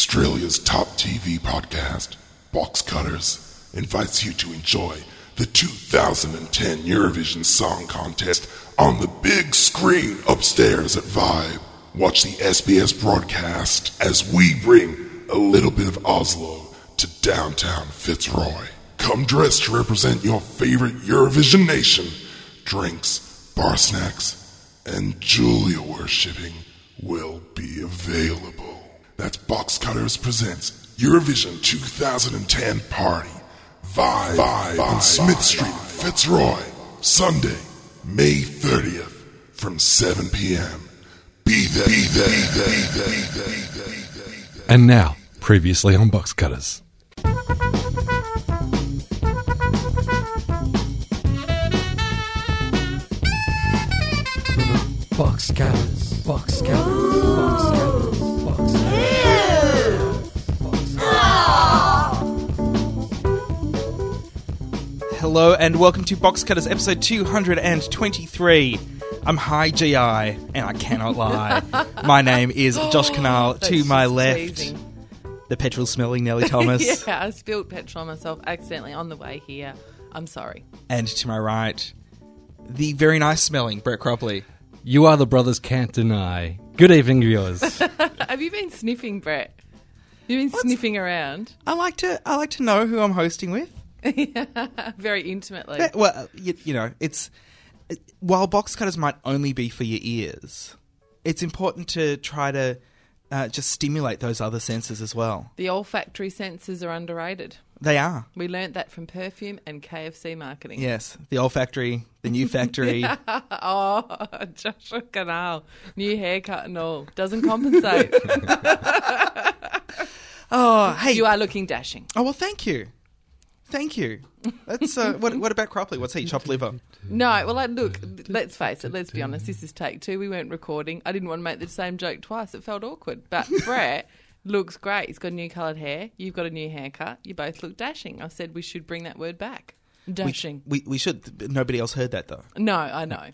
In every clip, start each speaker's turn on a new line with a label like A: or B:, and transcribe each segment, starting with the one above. A: Australia's top TV podcast, Box Cutters, invites you to enjoy the 2010 Eurovision Song Contest on the big screen upstairs at Vibe. Watch the SBS broadcast as we bring a little bit of Oslo to downtown Fitzroy. Come dressed to represent your favorite Eurovision nation. Drinks, bar snacks, and Julia worshipping will be available. That's Box Cutters presents Eurovision 2010 Party. Vibe, Vibe on Smith Street, Fitzroy, Sunday, May 30th, from 7 p.m. Be there, be there, be there, be there, be there.
B: And now, previously on Box Cutters.
C: Box cutters, box cutters, box cutters, box cutters.
D: Hello and welcome to Box Cutters episode 223. I'm high GI and I cannot lie. My name is Josh Canal. to
E: Oh, That's
D: my
E: just
D: left,
E: teasing.
D: the petrol smelling Nellie Thomas.
E: Yeah, I spilled petrol on myself accidentally on the way here. I'm sorry.
D: And to my right, the very nice smelling Brett Cropley.
B: You are the brothers can't deny. Good evening, viewers.
E: Have you been sniffing, Brett? You've been sniffing around
D: I like to I like to know who I'm hosting with.
E: very intimately.
D: Eh, Well, you, you know, it's it- while box cutters might only be for your ears, it's important to try to uh, just stimulate those other senses as well.
E: The olfactory senses are underrated.
D: They are.
E: We learnt that from perfume and KFC marketing.
D: Yes, the olfactory, the new factory.
E: Oh, Joshua Canal, new haircut and all doesn't compensate.
D: Oh, hey.
E: you are looking dashing.
D: oh, well, thank you. Thank you. That's uh, what, what about Cropley? What's he? Chopped liver.
E: No, well, I, look. Let's face it. Let's be honest. This is take two. We weren't recording. I didn't want to make the same joke twice. It felt awkward. But Brett looks great. He's got new coloured hair. You've got a new haircut. You both look dashing. I said we should bring that word back.
D: We,
E: Dashing.
D: we, we should. Nobody else heard that, though.
E: no, I know.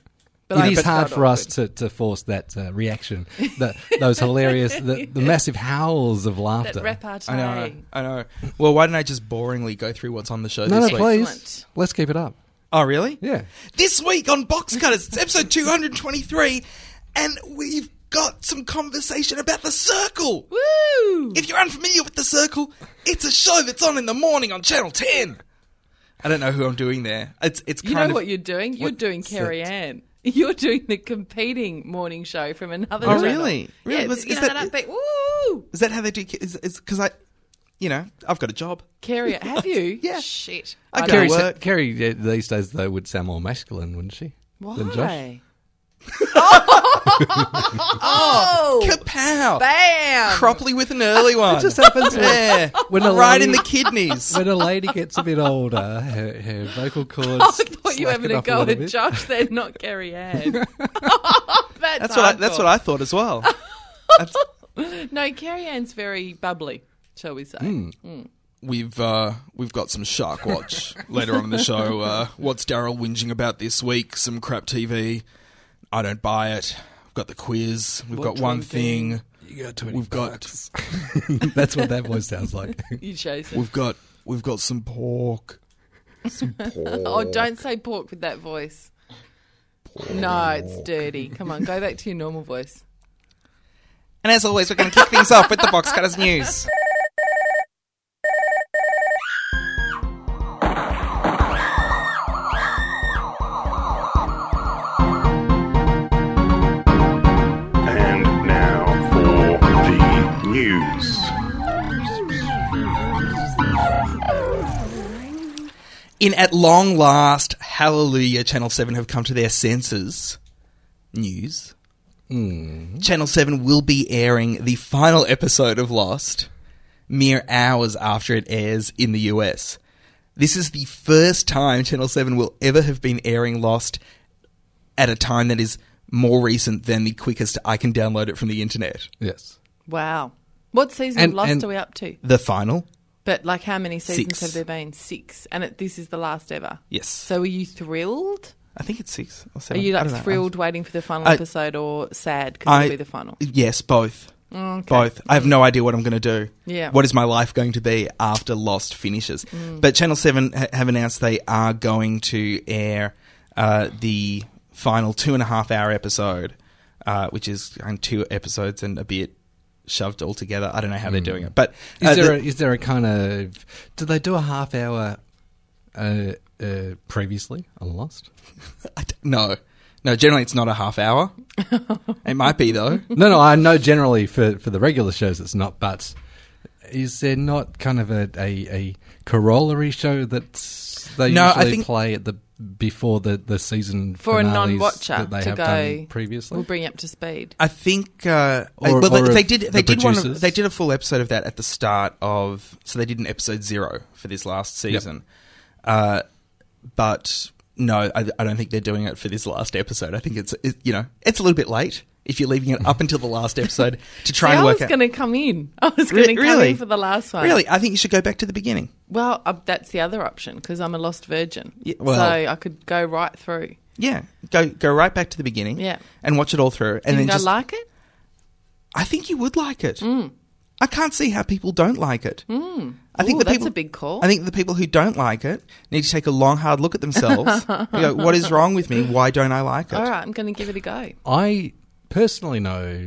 E: But I
B: it is
E: just
B: hard
E: felt
B: for us
E: awkward.
B: to, to force that uh, reaction, the, those hilarious, the, the massive howls of laughter.
E: that repartee.
D: I know. I know. Well, why don't I just boringly go through what's on the show
B: no, no,
D: this week?
B: please.
E: Excellent.
B: Let's keep it up.
D: Oh, really?
B: Yeah.
D: This week on Box Cutters, it's episode 223, and we've got some conversation about The Circle.
E: Woo!
D: If you're unfamiliar with The Circle, it's a show that's on in the morning on Channel 10. I don't know who I'm doing there. It's it's
E: you
D: kind
E: know
D: of
E: what you're doing? You're
D: What's
E: doing Carrie
D: it?
E: Ann. You're doing the competing morning show from another.
D: Oh,
E: channel.
D: really? Really?
E: Yeah,
D: Was-
E: you
D: is
E: know,
D: that-
E: that, upbeat. Woo!
D: Is that how they do? ki- Is because I, you know, I've got a job.
E: Carrie, have you?
D: Yeah.
E: Shit.
D: I
E: don't
D: go
B: Carrie,
D: to
E: know.
D: work.
B: Carrie uh, these days, though, would sound more masculine, wouldn't she? Than Josh?
E: Why?
D: Kapow!
E: Bam!
D: Properly with an early one.
B: just happens when-
D: yeah,
B: when a
D: right in the
B: lady-
D: kidneys.
B: When a lady gets a bit older, her, her vocal cords.
E: I thought you were having a go at Josh then, not Carrie Ann. that's
D: That's what I, that's what I thought as well. That's-
E: I. No, Carrie Ann's very bubbly, shall we say?
D: Hmm. we've uh, we've got some Shark Watch later on in the show. Uh, what's Daryl whinging about this week? Some crap TV. I don't buy it. We've got the quiz. We've got one thing.
B: You got
D: We've got
B: That's what that voice sounds like.
E: You chose it.
D: we've got we've got some pork.
E: Oh, don't say pork with that voice. No, it's dirty. Come on, go back to your normal voice.
D: And as always, we're going to kick things off with the Box Cutters news.
F: And now for the news.
D: In at long last, hallelujah, Channel 7 have come to their senses. News. Channel 7 will be airing the final episode of Lost mere hours after it airs in the US. This is the first time Channel 7 will ever have been airing Lost at a time that is more recent than the quickest I can download it from the internet.
B: Yes.
E: Wow. What season
B: And-
E: of Lost
B: and-
E: are we up to?
D: The final?
E: But, like, how many seasons
D: Six.
E: have there been? Six. And it, this is the last ever.
D: Yes.
E: So, are you thrilled?
D: I think it's six or
E: Are
D: seven.
E: you,
D: I
E: like,
D: don't know.
E: thrilled waiting for the final
D: I-
E: episode or sad because
D: I-
E: it'll be the final?
D: Yes, both. Both. I have no idea what I'm going to do.
E: Yeah. Mm.
D: What is my life going to be after Lost finishes? But Channel 7 ha- have announced they are going to air uh, the final two and a half hour episode, uh, which is um, two episodes and a bit shoved all together. I don't know how they're doing it. But
B: Mm. Is
D: uh,
B: there
D: the-
B: a, is there a kind of do they do a half hour uh, uh, previously on Lost?
D: I d- no. No, generally it's not a half hour. it might be, though.
B: No, no, I know generally for, for the regular shows it's not, but is there not kind of a, a, a corollary show that they
D: No, I
B: usually
D: think-
B: play at the before the, the season
E: For a
B: finales
E: non-watcher
B: that they
E: to
B: have
E: go-
B: done previously?
E: We'll bring you up to speed.
D: I think. Uh,
B: Or-
D: well,
B: or
D: they, they
B: of
D: did.
B: the
D: They did one.
B: producers.
D: They did a full episode of that at the start of. So they did an episode zero for this last season, uh, but no, I, I don't think they're doing it for this last episode. I think it's it, you know it's a little bit late if you're leaving it up until the last episode to try
E: See,
D: and
E: I
D: work
E: was
D: out.
E: going to come in. I was
D: Re-
E: going to come
D: really?
E: in for the last one.
D: Really, I think you should go back to the beginning.
E: Well, uh, that's the other option because I'm a lost virgin.
D: Yeah, well-
E: so I could go right through.
D: Yeah, go go right back to the beginning.
E: Yeah.
D: and watch it all through, and
E: And
D: then
E: think I
D: just
E: like it?
D: I think you would like it.
E: Mm.
D: I can't see how people don't like it. I think
E: Ooh,
D: the
E: that's
D: people,
E: a big call.
D: I think the people who don't like it need to take a long, hard look at themselves. and go, what is wrong with me? Why don't I like it?
E: All right, I'm going to give it a go.
B: I personally know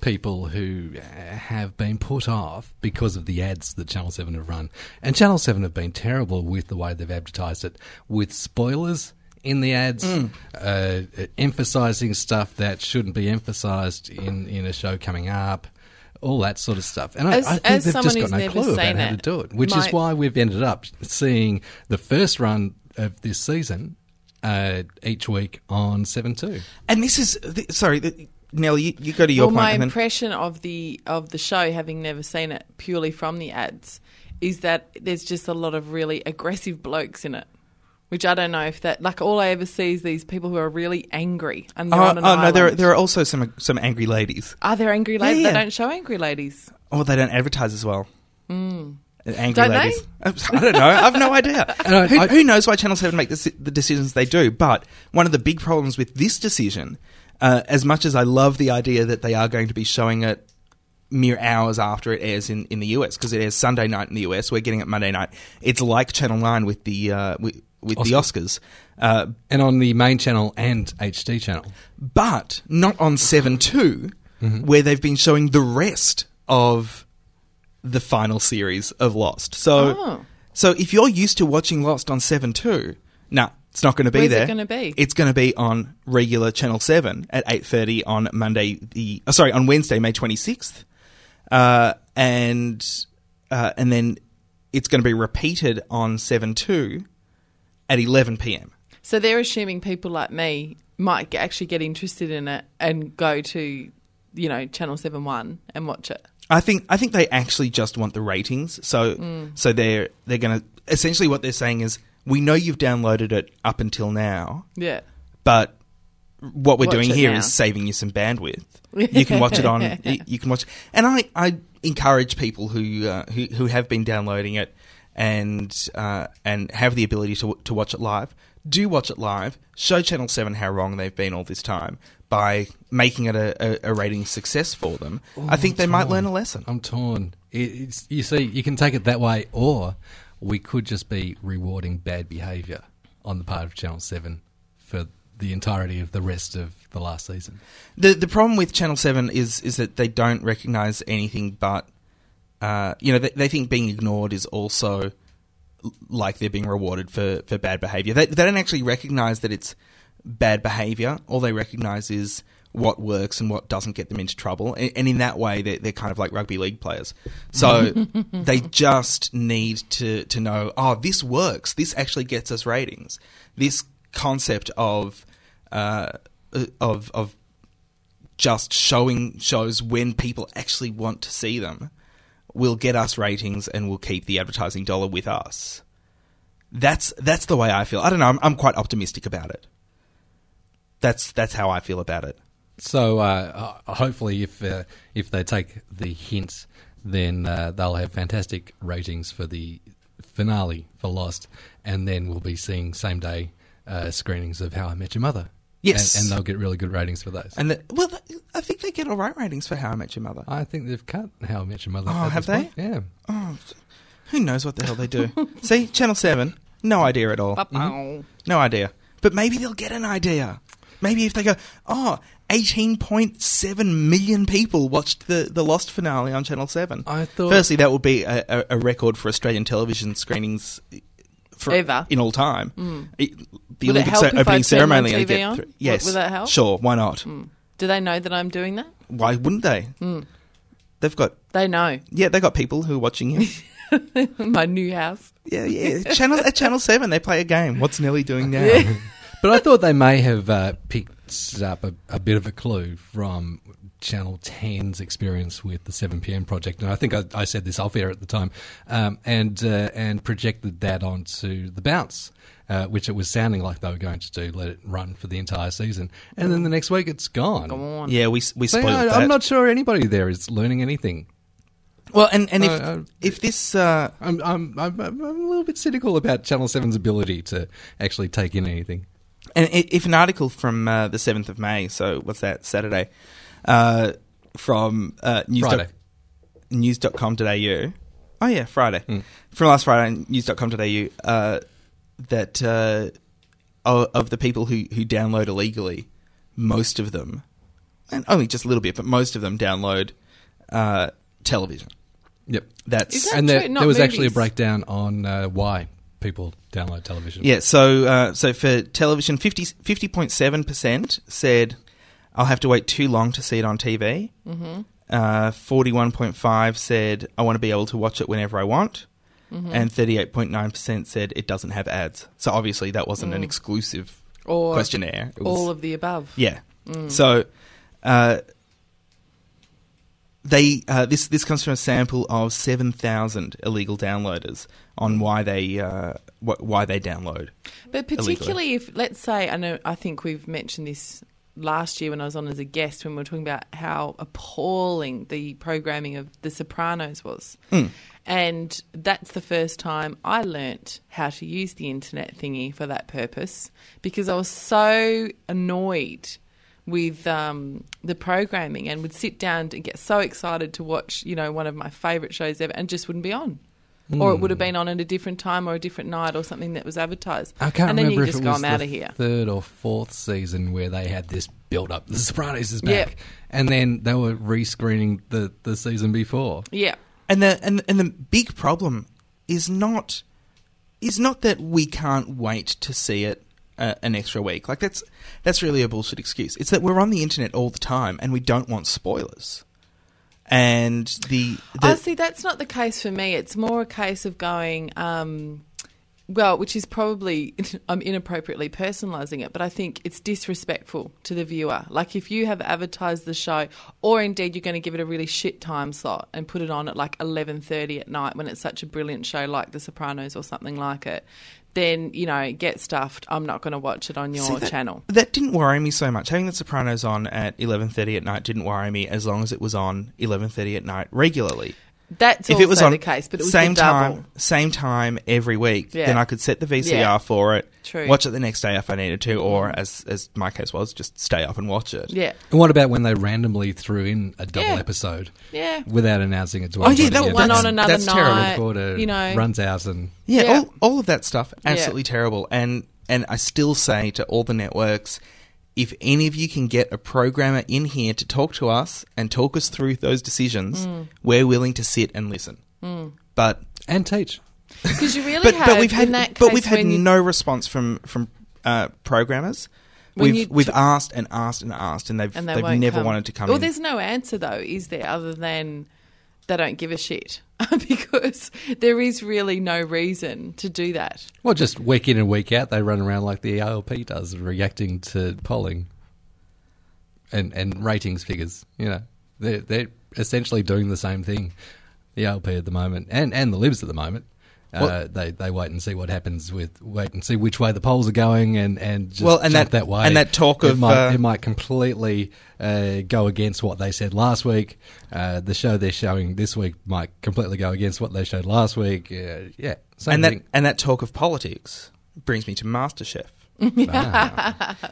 B: people who uh, have been put off because of the ads that Channel 7 have run. And Channel 7 have been terrible with the way they've advertised it, with spoilers in the ads,
E: Mm.
B: uh, emphasizing stuff that shouldn't be emphasized in, in a show coming up. All that sort of stuff, and I,
E: As-
B: I think
E: as
B: they've just got
E: someone who's
B: no
E: never
B: clue about
E: seen
B: how to
E: it,
B: do it, which
E: my-
B: is why we've ended up seeing the first run of this season uh, each week on Seven Two.
D: And this is th- sorry, th- Nell. You, you go to your
E: well,
D: point,
E: my
D: and then-
E: impression of the of the show, having never seen it purely from the ads, is that there's just a lot of really aggressive blokes in it. Which I don't know if that like all I ever see is these people who are really angry and they're
D: Oh,
E: on an
D: oh, no, there are,
E: island.
D: there are also some some angry ladies.
E: Are there angry ladies?
D: Yeah, yeah.
E: They don't show angry ladies.
D: Oh, they don't advertise as well. Uh, Angry
E: Mm. Don't they?
D: ladies. I don't know. I've no idea.
B: I-
D: who,
B: I-
D: who knows why Channel Seven make the, the decisions they do? But one of the big problems with this decision, uh, as much as I love the idea that they are going to be showing it mere hours after it airs in, in the US because it airs Sunday night in the US, we're getting it Monday night. It's like Channel Nine with the uh, with, with the Oscars, uh,
B: and on the main channel and HD channel.
D: but not on 7 2,
E: Mm-hmm.
D: where they've been showing the rest of the final series of Lost. So,
E: Oh.
D: so if you're used to watching Lost on 7 2, nah, it's not going to be
E: Where's it
D: there.
E: gonna be?
D: It's going to be on regular Channel 7 at 8.30 on Monday, the, oh, sorry, on Wednesday, May 26th. Uh, and, uh, and then it's going to be repeated on 7 2 at 11 p.m.
E: So they're assuming people like me might get, actually get interested in it and go to, you know, Channel Seven One and watch it.
D: I think I think they actually just want the ratings. So
E: Mm.
D: so they're they're going to essentially what they're saying is we know you've downloaded it up until now,
E: Yeah.
D: but what we're
E: Watch
D: doing
E: it
D: here is
E: now.
D: saving you some bandwidth. you can watch it on. You, you can watch, and I I encourage people who uh, who who have been downloading it and uh, and have the ability to to watch it live. Do watch it live. Show Channel Seven how wrong they've been all this time by making it a, a, a rating success for them. I think they might learn a lesson.
B: I'm torn. It, it's, you see, you can take it that way, or we could just be rewarding bad behaviour on the part of Channel 7 for the entirety of the rest of the last season.
D: The the problem with Channel Seven is is that they don't recognise anything but, uh, you know, they, they think being ignored is also l- like they're being rewarded for for bad behaviour. They they don't actually recognise that it's bad behaviour. All they recognise is what works and what doesn't get them into trouble. And, and in that way, they're, they're kind of like rugby league players. So they just need to to know, oh, this works. This actually gets us ratings. This concept of uh, of of just showing shows when people actually want to see them will get us ratings and will keep the advertising dollar with us. That's that's the way I feel. I don't know. I'm, I'm quite optimistic about it. That's that's how I feel about it.
B: So uh, ho- hopefully, if, uh, if they take the hint, then uh, they'll have fantastic ratings for the finale for Lost, and then we'll be seeing same day uh, screenings of How I Met Your Mother.
D: Yes.
B: And, and they'll get really good ratings for those.
D: And the, well, th- I think they get all right ratings for How I Met Your Mother.
B: I think they've cut How I Met Your Mother.
D: Oh,
B: at
D: have
B: this point. Yeah.
D: Oh, who knows what the hell they do? See, Channel 7, no idea at all.
E: Ba-pow.
D: No idea. But maybe they'll get an idea. Maybe if they go, oh, 18.7 million people watched the, the Lost finale on Channel 7.
B: I thought-
D: Firstly, that would be a, a, a record for Australian television screenings for,
E: Ever. Mm.
D: in all time. It- the
E: Would it
D: Olympic
E: help
D: ce-
E: if I
D: opening
E: turned
D: ceremony
E: my
D: only
E: TV
D: get
E: on?
D: three-
E: Would-
D: Yes.
E: would that help? Mm.
D: Sure, why not?
E: Do they know that I'm doing that?
D: Why wouldn't they?
E: Mm.
D: They've got,
E: They know.
D: yeah, they've got people who are watching you.
E: My new house.
D: Yeah, yeah. Channel at Channel Seven, they play a game. What's Nelly doing now?
B: But I thought they may have uh, picked up a, a bit of a clue from Channel 10's experience with the 7pm project. And I think I, I said this off air at the time um, and, uh, and projected that onto The Bounce. Uh, which it was sounding like they were going to do, let it run for the entire season, and then the next week it's gone.
E: Come on.
D: Yeah, we we
B: So,
D: spoiled
B: you know,
D: that.
B: I'm not sure anybody there is learning anything.
D: well, and and if
B: I- I-
D: if this uh,
B: I'm, I'm, I'm, I'm a little bit cynical about Channel 7's ability to actually take in anything.
D: and i- if an article from uh, the seventh of May, so what's that Saturday, uh, from uh, news
B: Friday.
D: dot- news.com.au. Oh yeah, Friday. From last Friday, news.com.au uh, that uh, of, of the people who who download illegally, most of them, and only just a little bit, but most of them download uh, television.
B: Yep.
D: That's
E: Is that
B: and there,
E: true? Not
B: there was actually a
E: movies.
B: breakdown on uh, why people download television.
D: Yeah, so uh, so for television, 50.7 percent said, "I'll have to wait too long to see it on TV."
E: Mm-hmm.
D: Forty-one point five said, "I want to be able to watch it whenever I want,"
E: Mm-hmm.
D: and thirty-eight point nine percent said it doesn't have ads. So obviously, that wasn't an exclusive
E: Mm. Or
D: questionnaire. It was-
E: all of Mm. the above.
D: yeah. So uh, they uh, this this comes from a sample of seven thousand illegal downloaders on why they uh, wh- why they download.
E: But particularly if, let's say, I know, I think we've mentioned this last year when I was on as a guest when we were talking about how appalling the programming of The Sopranos was. And that's the first time I learnt how to use the internet thingy for that purpose because I was so annoyed with um, the programming and would sit down and get so excited to watch, you know, one of my favourite shows ever and just wouldn't be on. Or
B: Hmm.
E: it would have been on at a different time or a different night or something that was advertised.
B: I can't
E: and then
B: remember
E: you
B: if
E: just
B: it
E: go,
B: was
E: I'm
B: the
E: out of here.
B: third or fourth season where they had this build up. The Sopranos is back,
E: Yep.
B: and then they were rescreening the the season before.
E: yeah.
D: And the and and the big problem is not is not that we can't wait to see it uh, an extra week. Like that's that's really a bullshit excuse. It's that we're on the internet all the time and we don't want spoilers. And the, the
E: I Oh, see, that's not the case for me. It's more a case of going, um, well, which is probably I'm inappropriately personalising it, but I think it's disrespectful to the viewer. Like if you have advertised the show, or indeed you're going to give it a really shit time slot and put it on at like 11:30 at night when it's such a brilliant show like The Sopranos or something like it, then you know get stuffed. I'm not going to watch it on your
D: See, that-
E: channel.
D: That didn't worry me so much. Having The Sopranos on at eleven thirty at night didn't worry me as long as it was on eleven thirty at night regularly.
E: That's
D: if it was on
E: the case, but it was
D: same
E: the double.
D: time, same time every week,
E: Yeah.
D: then I could set the VCR
E: Yeah.
D: for it,
E: True.
D: watch it the next day if I needed to, or as as my case was, just stay up and watch it.
E: Yeah.
B: And what about when they randomly threw in a double
E: Yeah.
B: episode?
E: Yeah.
B: Without announcing it to
D: Oh, yeah,
B: anybody
D: that
B: yet,
E: one
B: and
E: on another
D: that's
E: night,
D: terrible
B: recorder
E: you know,
B: runs out and
D: Yeah,
E: Yeah.
D: All, all of that stuff absolutely
E: Yeah.
D: terrible. And and I still say to all the networks, if any of you can get a programmer in here to talk to us and talk us through those decisions,
E: Mm.
D: we're willing to sit and listen. But
B: and teach.
E: because you really
D: but
E: have.
D: but we've had
E: in that case,
D: but we've had
E: when you-
D: no response from from uh, programmers.
E: When
D: we've
E: you
D: we've
E: t-
D: asked and asked and asked, and they've
E: and they
D: they have
E: won't
D: never
E: come.
D: wanted to come.
E: Well,
D: in.
E: there's no answer though, is there? Other than they don't give a shit because there is really no reason to do that.
B: Well, just week in and week out, they run around like the ALP does, reacting to polling and and ratings figures. You know, they're they're essentially doing the same thing. The ALP at the moment, and and the Libs at the moment. Uh,
D: Well-
B: they they wait and see what happens with wait and see which way the polls are going and and just
D: Well, and
B: jump
D: that-
B: that, way
D: and that talk
B: it
D: of,
B: might,
D: uh,
B: it might completely uh, go against what they said last week. Uh, the show they're showing this week might completely go against what they showed last week. Uh, yeah, same
D: and
B: thing.
D: that and that talk of politics brings me to MasterChef.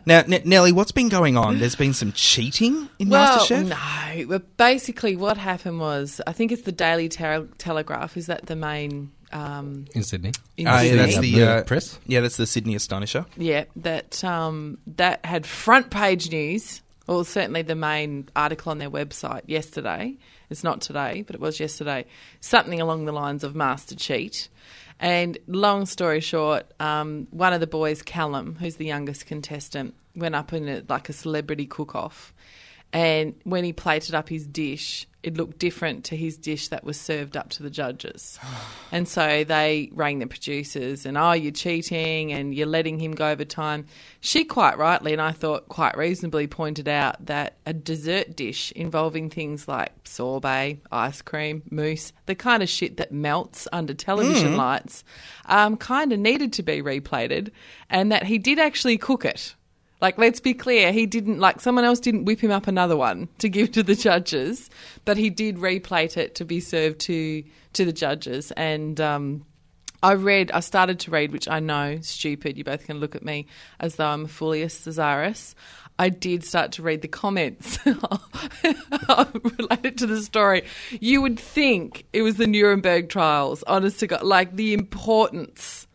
D: Now, N- Nelly, what's been going on? There's been some cheating in MasterChef?
E: no. But basically, what happened was, I think it's the Daily Tel- Telegraph. Is that the main? Um,
B: in Sydney.
E: in
D: Ah, yeah,
E: Sydney?
D: that's the uh,
B: press.
D: Yeah, that's the Sydney Astonisher.
E: Yeah, that um, that had front page news, or certainly the main article on their website yesterday. It's not today, but it was yesterday. Something along the lines of master cheat. And long story short, um, one of the boys, Callum, who's the youngest contestant, went up in a, like a celebrity cook-off, and when he plated up his dish, it looked different to his dish that was served up to the judges. And so they rang the producers and, oh, you're cheating and you're letting him go over time. She quite rightly, and I thought quite reasonably, pointed out that a dessert dish involving things like sorbet, ice cream, mousse, the kind of shit that melts under television lights, um, kind of needed to be replated, and that he did actually cook it. Like, let's be clear, he didn't, like, someone else didn't whip him up another one to give to the judges, but he did replate it to be served to, to the judges. And, um, I read, I started to read, which I know, stupid, you both can look at me as though I'm Fulius Cesaris. I did start to read the comments related to the story. You would think it was the Nuremberg trials, honest to God, like the importance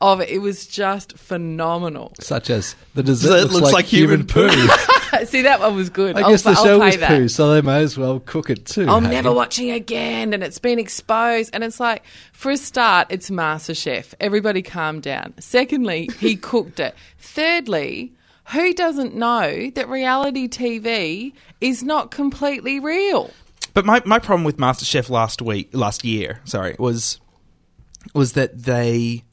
E: of it. It was just phenomenal.
B: Such as the dessert looks, like, human, poo.
E: See, that one was good.
B: I guess
E: I'll,
B: the
E: I'll
B: show
E: pay
B: was eh?
E: that.
B: poo, so they may as well cook it too.
E: I'm
B: hey?
E: never watching again, and it's been exposed. And it's like, for a start, it's MasterChef. Everybody calm down. Secondly, he cooked it. Thirdly, who doesn't know that reality TV is not completely real?
D: But my, my problem with MasterChef last week, last year, sorry, was was that they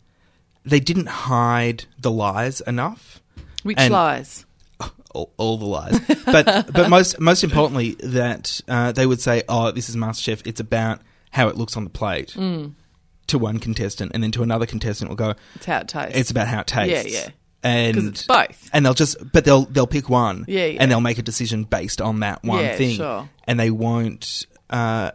D: they didn't hide the lies enough.
E: Which
D: And-
E: lies?
D: all, all the lies. But but most most importantly, that uh, they would say, "Oh, this is MasterChef. It's about how it looks on the plate." To one contestant, and then to another contestant, will go.
E: It's how it tastes.
D: It's about how it tastes.
E: Yeah, yeah.
D: And
E: 'Cause it's both.
D: and they'll just, but they'll they'll pick one,
E: Yeah, yeah.
D: and they'll make a decision based on that one
E: Yeah,
D: thing,
E: sure.
D: and they won't, uh,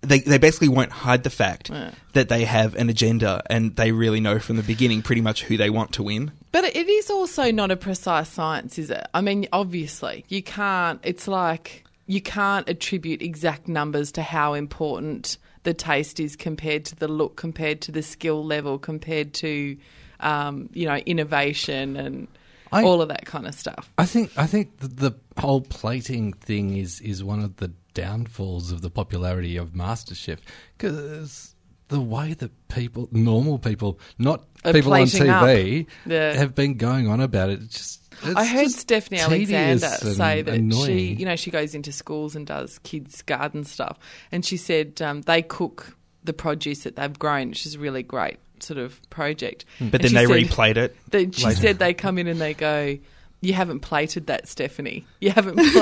D: they they basically won't hide the fact that they have an agenda, and they really know from the beginning pretty much who they want to win.
E: But it is also not a precise science, is it? I mean, obviously, you can't, it's like you can't attribute exact numbers to how important the taste is compared to the look, compared to the skill level, compared to, um, you know, innovation and
B: I-
E: all of that kind of stuff.
B: I think I think th- the whole plating thing is is one of the downfalls of the popularity of MasterChef because the way that people, normal people, not
E: Are
B: people on
E: plating up.
B: TV,
E: Yeah.
B: have been going on about it. It's just it's
E: I heard
B: just
E: Stephanie
B: tedious
E: Alexander
B: and
E: say that she,
B: annoying.
E: you know, she goes into schools and does kids' garden stuff, and she said um, they cook the produce that they've grown, which is a really great sort of project.
B: Hmm.
D: But
E: And
D: then
E: she
D: they
E: said-
D: replayed it.
E: They, she said they come in and they go, "You haven't plated that, Stephanie. You haven't plated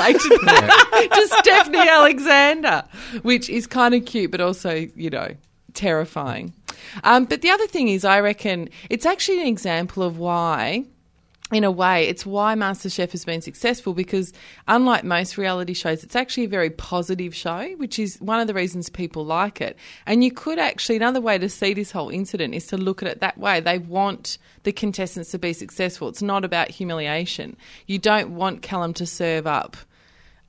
E: that to Stephanie Alexander," which is kind of cute, but also you know terrifying. Um, but the other thing is, I reckon it's actually an example of why in a way, it's why MasterChef has been successful because, unlike most reality shows, it's actually a very positive show, which is one of the reasons people like it. And you could actually, another way to see this whole incident is to look at it that way. They want the contestants to be successful. It's not about humiliation. You don't want Callum to serve up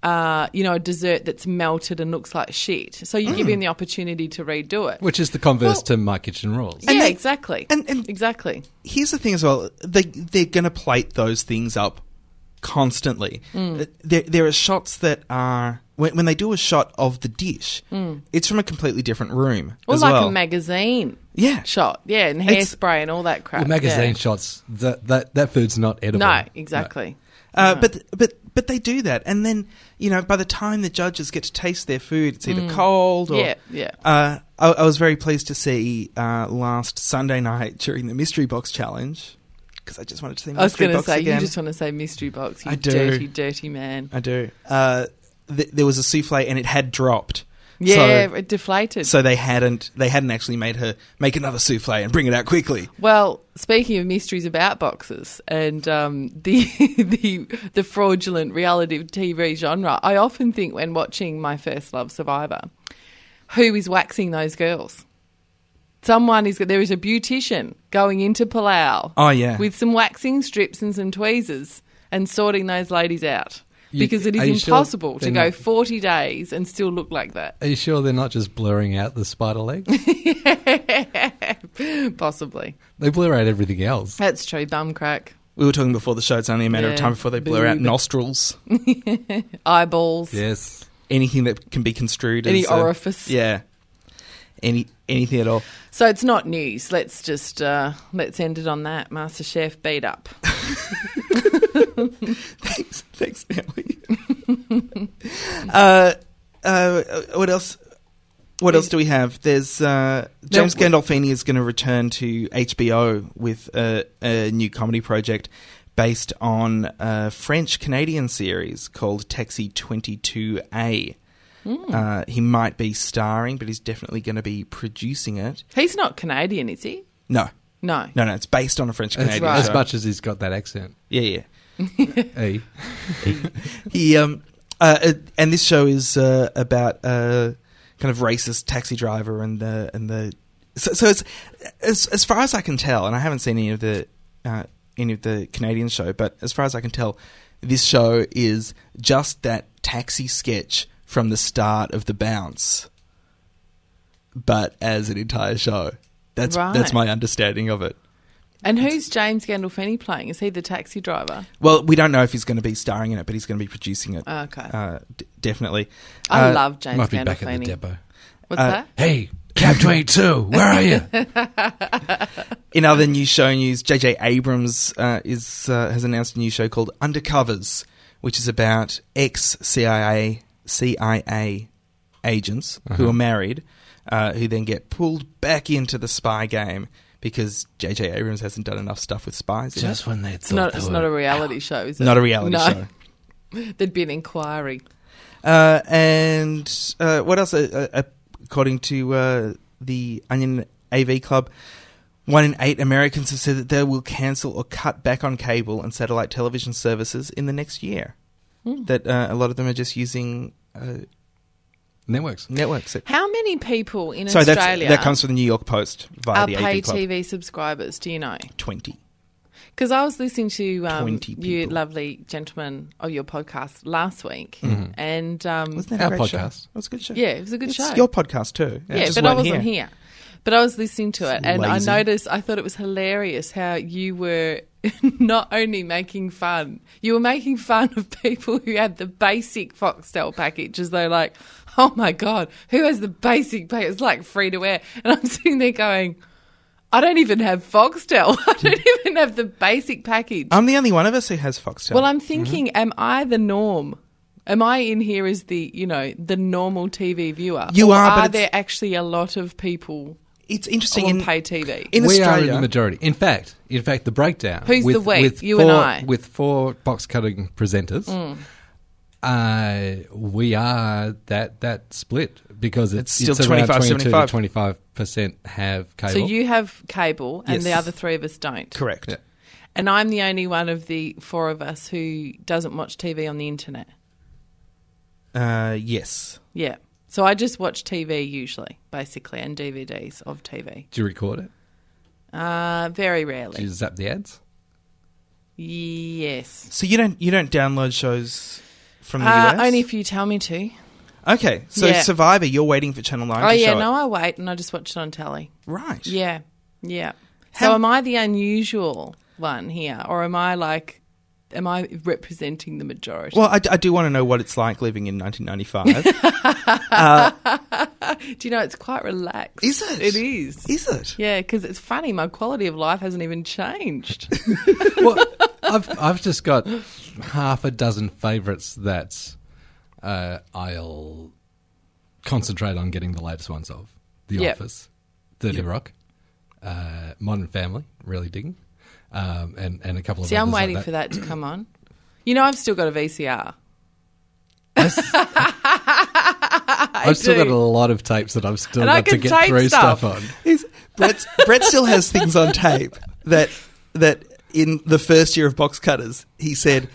E: uh, you know, a dessert that's melted and looks like shit. So you give him the opportunity to redo it.
B: which is the converse
D: Well-
B: to My Kitchen Rules.
E: yeah,
D: they-
E: exactly.
D: and- and-
E: exactly.
D: here's the thing as well they they're going to plate those things up constantly
E: Mm.
D: there, there are shots that are when, when they do a shot of the dish it's from a completely different room
E: Mm. Or
D: as
E: like
D: well
E: a magazine
D: yeah
E: shot, yeah, and
D: It's-
E: hairspray and all that crap.
B: The magazine
E: yeah.
B: shots that, that that food's not edible.
E: No, exactly.
D: uh, but but but they do that and then you know by the time the judges get to taste their food it's either cold or
E: Mm. Yeah, yeah.
D: uh, I, I was very pleased to see uh, last Sunday night during the mystery box challenge because I just wanted to see mystery
E: I was going to
D: box
E: say
D: again.
E: you just want to say mystery box. You
D: I do.
E: dirty, dirty man.
D: I do. Uh, th- there was a souffle and it had dropped.
E: Yeah,
D: So,
E: it deflated.
D: so they hadn't they hadn't actually made her make another souffle and bring it out quickly.
E: well, speaking of mysteries about boxes and um, the the the fraudulent reality TV genre, I often think when watching My First Love Survivor, who is waxing those girls? Someone is there is a beautician going into Palau.
D: Oh, yeah.
E: with some waxing strips and some tweezers and sorting those ladies out
B: You-
E: because it
B: are
E: is
B: you sure
E: impossible to
B: they're
E: go
B: not-
E: forty days and still look like that.
B: Are you sure they're not just blurring out the spider legs?
E: Possibly,
B: they blur out everything else.
E: that's true. Bum crack,
D: We were talking before the show. It's only a matter
E: Yeah.
D: of time before they blur out
E: Boob.
D: nostrils,
E: eyeballs.
B: Yes.
D: anything that can be construed
E: Any
D: as a-
E: orifice.
D: yeah, any anything at all.
E: So it's not news. Let's just uh, let's end it on that. Master Chef beat up.
D: Thanks, thanks, Nelly. uh, uh, what else? What else do we have? There's uh, James
E: Now-
D: Gandolfini is going to return to HBO with a, a new comedy project based on a French Canadian series called Taxi 22A.
E: Hmm.
D: Uh, he might be starring, but he's definitely going to be producing it.
E: He's not Canadian, is he?
D: No,
E: No.
D: no, no. It's based on a French
B: As,
D: Canadian.
E: right.
B: as
D: show.
B: much as he's got that accent.
D: Yeah, yeah.
B: Eh?
D: he um uh, uh, and this show is uh, about a kind of racist taxi driver and the and the so, so it's as as far as I can tell, and I haven't seen any of the uh, any of the Canadian show, but as far as I can tell, this show is just that taxi sketch from the start of the bounce, but as an entire show. That's
E: Right.
D: that's my understanding of it.
E: And who's James Gandolfini playing? Is he the taxi driver?
D: Well, we don't know if he's going to be starring in it, but he's going to be producing it.
E: Okay.
D: uh, d- definitely.
E: I
D: Uh,
E: love James
B: Might be back at the
E: Gandolfini.
B: depot.
E: What's
D: Uh,
E: that?
B: Hey, Cab 22, where are you?
D: In other new show news, J.J. Abrams uh, is uh, has announced a new show called Undercovers, which is about ex CIA CIA agents who are married, uh, who then get pulled back into the spy game because J.J. Abrams hasn't done enough stuff with spies. you know?
B: Just when they
E: It's not. It's not a reality show, is it?
D: not a reality
E: no.
D: show.
E: There'd be an inquiry.
D: Uh, and uh, what else? Uh, uh, according to uh, the Onion AV Club, one in eight Americans have said that they will cancel or cut back on cable and satellite television services in the next year.
E: Hmm.
D: That uh, a lot of them are just using uh,
B: Networks.
D: networks. That,
E: How many people in
D: so that's,
E: Australia
D: that comes from the New York Post via
E: are
D: the
E: pay
D: AV Club.
E: TV subscribers? Do you know?
D: Twenty.
E: Because I was listening to um,
D: 20
E: you,
D: people.
E: lovely gentleman, of your podcast last week,
D: Mm-hmm.
E: and um,
D: Wasn't that a
B: Our
D: great show?
B: podcast.
D: That was a good show.
E: yeah, it was a good
D: it's
E: show.
D: your podcast too. It
E: yeah,
D: just
E: but I
D: weren't
E: wasn't here. But I was listening to it, and
D: Lazy.
E: I noticed. I thought it was hilarious how you were not only making fun, you were making fun of people who had the basic Foxtel package, as though like, oh my god, who has the basic? Pay? It's like free to air, and I'm sitting there going. I don't even have Foxtel. I don't even have the basic package.
D: I'm the only one of us who has Foxtel.
E: Well, I'm thinking, am I the norm? Am I in here as the you know the normal TV viewer?
D: You
E: Or
D: are, but
E: Are
D: it's-
E: there actually a lot of people
D: it's interesting.
E: on
D: in-
E: pay TV?
D: in
B: we
D: Australia,
B: are in the majority. In fact, in fact, the breakdown.
E: Who's
B: with,
E: the we?
B: With
E: You
B: four,
E: and I. Hmm.
B: With four box cutting presenters, uh, we are that that split because it's,
D: It's still
B: it's around
D: 25,
B: 22 to
D: 75.
B: twenty five percent have cable.
E: so you have cable, and the
D: Yes.
E: other three of us don't.
D: correct.
B: Yeah.
E: And I'm the only one of the four of us who doesn't watch TV on the internet.
D: Uh, yes.
E: Yeah. So I just watch TV usually, basically, and DVDs of TV.
B: do you record it?
E: Uh, very
B: Do
E: rarely.
B: you zap the ads?
E: Yes.
D: So you don't you don't download shows from the
E: Uh,
D: US?
E: only if you tell me to.
D: okay. So
E: Yeah.
D: Survivor, you're waiting for Channel Nine.
E: Oh
D: to
E: yeah,
D: show
E: no,
D: it.
E: I wait and I just watch it on telly.
D: right.
E: Yeah, yeah.
D: How-
E: so am I the unusual one here, or am I like, am I representing the majority?
D: Well, I, d- I do want to know what it's like living in 1995.
E: Do you know it's quite relaxed?
D: Is it?
E: It is.
D: Is it?
E: Yeah, because it's funny. My quality of life hasn't even changed.
B: well, I've I've just got half a dozen favourites that uh, I'll concentrate on getting the latest ones of. The
E: Yep.
B: Office, Thirty Rock, uh, Modern Family, really digging, um, and and a couple of.
E: See, I'm
B: others like
E: waiting for that to come on. You know, I've still got a VCR.
B: I've still
E: do.
B: got a lot of tapes that I've still
E: And I
B: got to
E: can
B: get
E: tape
B: through stuff,
E: stuff.
B: on.
D: Is, Brett Brett still has things on tape that that in the first year of box cutters he said.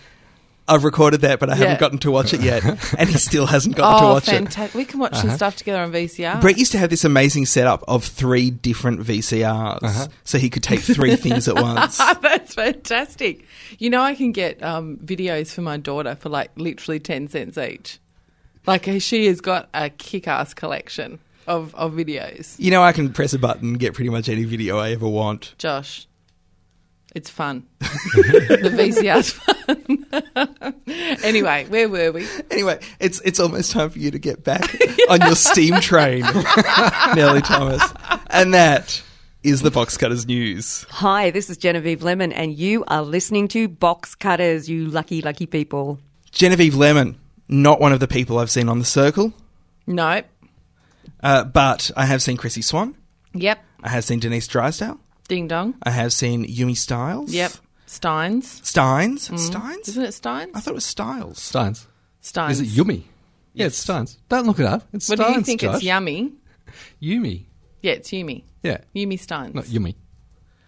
D: I've recorded that, but I
E: Yeah.
D: haven't gotten to watch it yet, and he still hasn't gotten to
E: Oh,
D: watch it. Uh-huh.
E: fantastic! We can watch some stuff together on VCR.
D: Brett used to have this amazing setup of three different VCRs,
E: Uh-huh.
D: so he could take three things at once.
E: Oh, That's fantastic. You know, I can get um, videos for my daughter for like literally 10 cents each. Like, she has got a kick ass collection of, of videos.
D: You know, I can press a button and get pretty much any video I ever want.
E: Josh, it's fun. the VCR's fun. anyway, where were we?
D: Anyway, it's it's almost time for you to get back on your steam train, Nellie Thomas, and that is the box cutters news.
G: Hi, this is Genevieve Lemon, and you are listening to Box Cutters, you lucky, lucky people.
D: Genevieve Lemon, not one of the people I've seen on the circle,
E: Nope.
D: uh, but I have seen Chrissy Swan.
E: Yep.
D: I have seen Denise Drysdale.
E: Ding dong.
D: I have seen Yumi Styles.
E: Yep. Steins.
D: Steins. Steins.
E: Isn't it Steins?
D: I thought it was Styles.
B: Steins.
E: Steins.
B: Is it Yumi? Yeah, it's Steins. Don't look it up. It's
E: What
B: Steins.
E: do you think?
B: Josh.
E: It's yummy.
B: Yumi.
E: Yeah, it's Yumi.
B: Yeah.
E: Yumi Steins.
B: Not Yumi.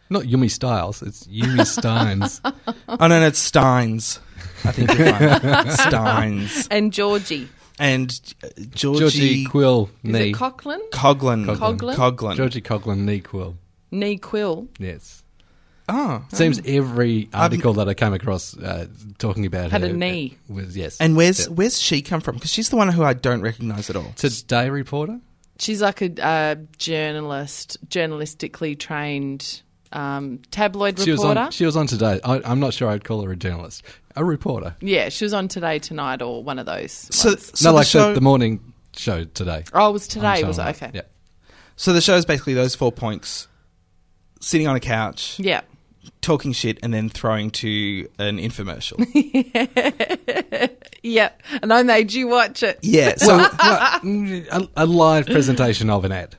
B: Not Yumi Styles. It's Yumi Steins.
D: Oh no, no, it's Steins. I think you're right. Steins
E: and Georgie.
D: and uh, Georgie,
B: Georgie Quill
E: Is
B: Nee.
E: it Coughlin?
D: Coughlin.
E: Coughlin?
D: Coughlin.
B: Georgie Coughlin Nee Quill.
E: Nee Quill.
B: Yes.
D: Oh.
B: Seems every article that I came across uh, talking about
E: Had
B: her
E: a knee.
B: uh, was yes.
D: And where's
B: Yeah.
D: where's she come from? Because she's the one who I don't recognise at all.
B: Today Reporter?
E: She's like a uh, journalist, journalistically trained um, tabloid
B: She was
E: reporter.
B: on. She was on today. I, I'm not sure I'd call her a journalist. A reporter.
E: yeah, she was on Today Tonight or one of those.
D: So,
E: ones.
D: so
B: no,
D: the
B: like
D: show,
B: the, the morning show today.
E: Oh, it was today,
B: I'm
E: was it?
B: sorry.
E: Okay.
B: Yeah.
D: so the show is basically those four points: sitting on a couch,
E: Yeah.
D: talking shit, and then throwing to an infomercial.
E: Yeah. And I made you watch it.
D: yeah. So
B: Well, no, a, a live presentation of an ad,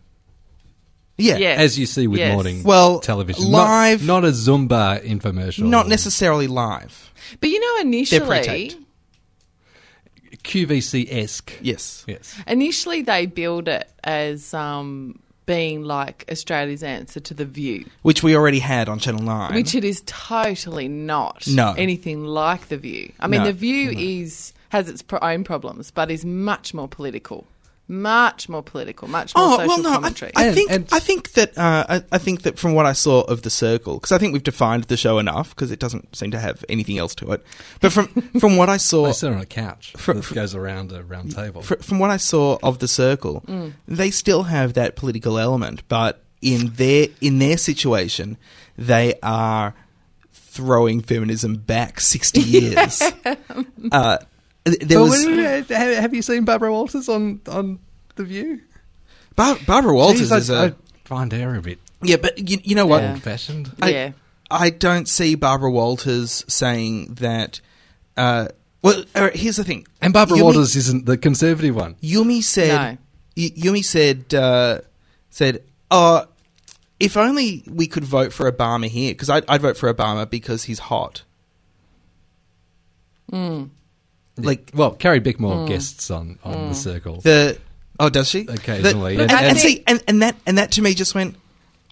D: yeah.
E: Yeah.
B: as you see with
E: Yes.
B: morning
D: Well,
B: television.
D: live-
B: Not, not a Zumba infomercial.
D: Not necessarily live.
E: But you know, initially,
D: pre-taped.
B: QVC esque.
D: Yes.
B: Yes.
E: initially they build it as um, being like Australia's answer to The View,
D: Which we already had on Channel Nine.
E: which it is totally not
D: No.
E: anything like The View. I mean,
D: No,
E: The View is has its pro- own problems, but is much more political. Much more political, much more
D: Oh
E: social
D: well, no. I,
E: commentary.
D: I
B: And-
D: think
B: and-
D: I think that uh, I, I think that from what I saw of the circle, because I think we've defined the show enough, because it doesn't seem to have anything else to it. But from from what I saw,
B: They sit on a couch
D: Fr-
B: that
D: fr-
B: goes around a round table.
D: fr- from what I saw of the circle,
E: Mm.
D: they still have that political element, but in their in their situation, they are throwing feminism back sixty years. uh, th- there
B: But
D: was
B: when- have, have you seen Barbara Walters on, on The View?
D: Bar- Barbara Walters
B: Jeez, I-
D: is a
B: I find her a bit
D: yeah, but you, you know what?
E: Yeah.
B: old fashioned.
D: I-
E: yeah.
D: I don't see Barbara Walters saying that. Uh, well, all right, here's the thing.
B: And Barbara
D: Yumi-
B: Walters isn't the conservative one.
D: Yumi said.
E: No.
D: Y- Yumi said. Uh, said. Uh, if only we could vote for Obama here, because I'd, I'd vote for Obama because he's hot.
E: Hmm.
D: Like
B: Well, Carrie Bickmore guests on, on The Circle.
D: the. Oh, does she?
B: Occasionally,
D: The-
B: and-
D: and, and
E: and-
D: see, and, and that and that to me just went.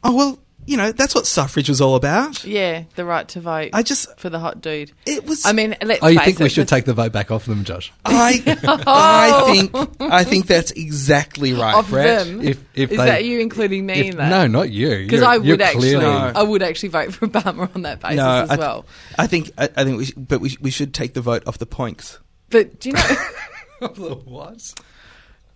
D: Oh well, you know that's what suffrage was all about.
E: Yeah, the right to vote.
D: I just-
E: for the hot dude.
D: It was.
E: I mean, let's
B: oh, you
E: face
B: think
E: it,
B: we should
E: the-
B: take the vote back off them, Josh?
D: I, I think I think that's exactly right,
E: Oh. of
D: Brett.
E: them?
B: If- if
E: is
B: they-
E: that you including me
B: If-
E: in that?
B: No, not you.
E: because
B: You're-
E: I
B: you're
E: would actually,
B: clearly-
D: No.
E: I would actually vote for Obama on that basis
D: I
E: as
D: th-
E: well.
D: I think I, I think we should, but we, sh- we should take the vote off the points.
E: But do you know,
B: what?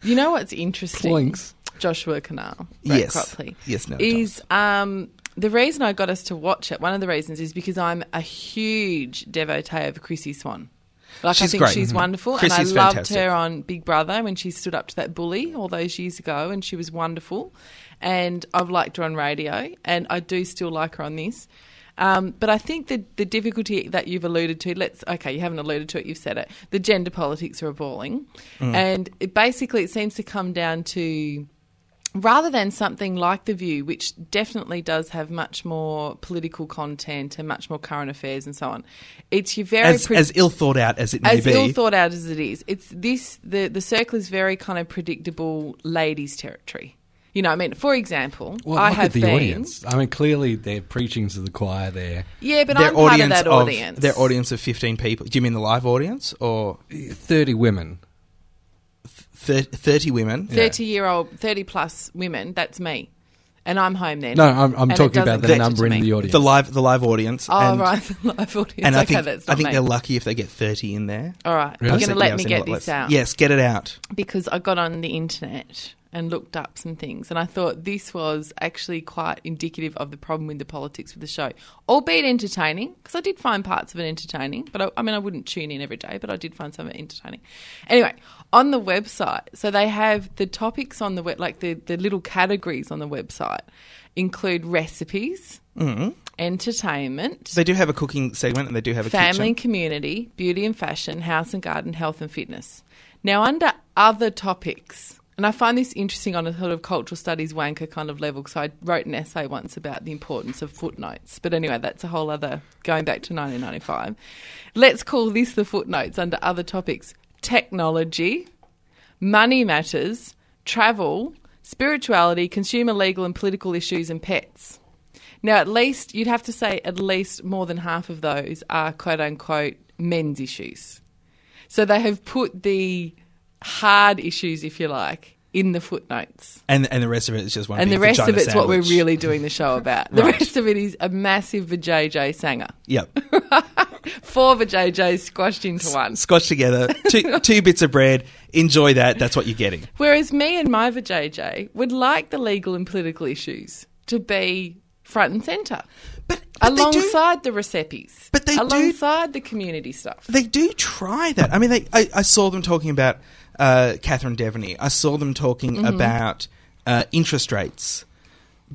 E: you know what's interesting?
B: Points.
E: Joshua Canal,
D: Yes.
E: Cropley,
D: Yes, no,
E: is um, the reason I got us to watch it. One of the reasons is because I'm a huge devotee of Chrissy Swan. Like
D: She's
E: I think
D: great.
E: she's
D: Mhm.
E: wonderful, and I
D: Chrissy's
E: loved
D: fantastic.
E: her on Big Brother when she stood up to that bully all those years ago, and she was wonderful. And I've liked her on radio, and I do still like her on this. Um, but I think the the difficulty that you've alluded to, let's okay, you haven't alluded to it, you've said it. The gender politics are appalling,
D: Mm.
E: and it basically it seems to come down to rather than something like The View, which definitely does have much more political content and much more current affairs and so on, it's your very
D: As,
E: pre-
D: as ill thought out as it may
E: as
D: be,
E: ill thought out as it is, it's this the the circle is very kind of predictable ladies' territory. You know, I mean, for example,
B: Well,
E: I
B: look
E: have
B: at the
E: been.
B: audience. I mean, clearly they're preaching to the choir there.
E: Yeah, but I'm part of that audience.
D: Their audience of 15 people. Do you mean the live audience or
B: 30 women.
D: thir- 30 women?
E: Thirty-year-old, thirty-plus women. That's me, and I'm home then.
B: No, I'm, I'm
E: And it
B: talking about
E: doesn't
B: the
E: matter
B: number
E: to
B: in
E: me.
B: the audience.
D: The live, the live audience.
E: Oh
D: and,
E: right, the live audience.
D: And
E: okay,
D: I think,
E: that's
D: I
E: not
D: think
E: me.
D: they're lucky if they get 30 in there.
E: All right,
B: Really?
E: you're
B: I
E: going to
B: think
E: let
D: I've
E: me
D: seen a
E: get
D: lot less.
E: this out.
D: Yes, get it out.
E: because I got on the internet and looked up some things, and I thought this was actually quite indicative of the problem with the politics with the show, albeit entertaining. Because I did find parts of it entertaining, but I, I mean, I wouldn't tune in every day, but I did find some of it entertaining. Anyway, on the website, so they have the topics on the web, like the the little categories on the website include recipes, entertainment,
D: They do have a cooking segment and they do have a
E: family and
D: kitchen.
E: community, beauty and fashion, house and garden, health and fitness. Now, under other topics, and I find this interesting on a sort of cultural studies wanker kind of level because I wrote an essay once about the importance of footnotes. But anyway, that's a whole other going back to 1995. Let's call this the footnotes under other topics technology, money matters, travel, spirituality, consumer legal and political issues, and pets. Now, at least you'd have to say at least more than half of those are quote unquote men's issues. So they have put the hard issues, if you like, in the footnotes.
D: And, and the rest of it is just one
E: And
D: big
E: the rest of
D: vagina
E: it's what we're
D: sandwich.
E: really doing the show about. The rest of it is a massive vajayjay sanger.
D: Yep.
E: Four vajayjays squashed into one.
D: Scotch together, two, two bits of bread. Enjoy that. That's what you're getting.
E: Whereas me and my vajayjay would like the legal and political issues to be front and centre.
D: But, but they do-
E: alongside the recipes.
D: But they do-
E: Alongside the community stuff.
D: they do try that. I mean, they, I, I saw them talking about uh, Catherine Devaney. I saw them talking
E: Mm-hmm.
D: about uh, interest rates.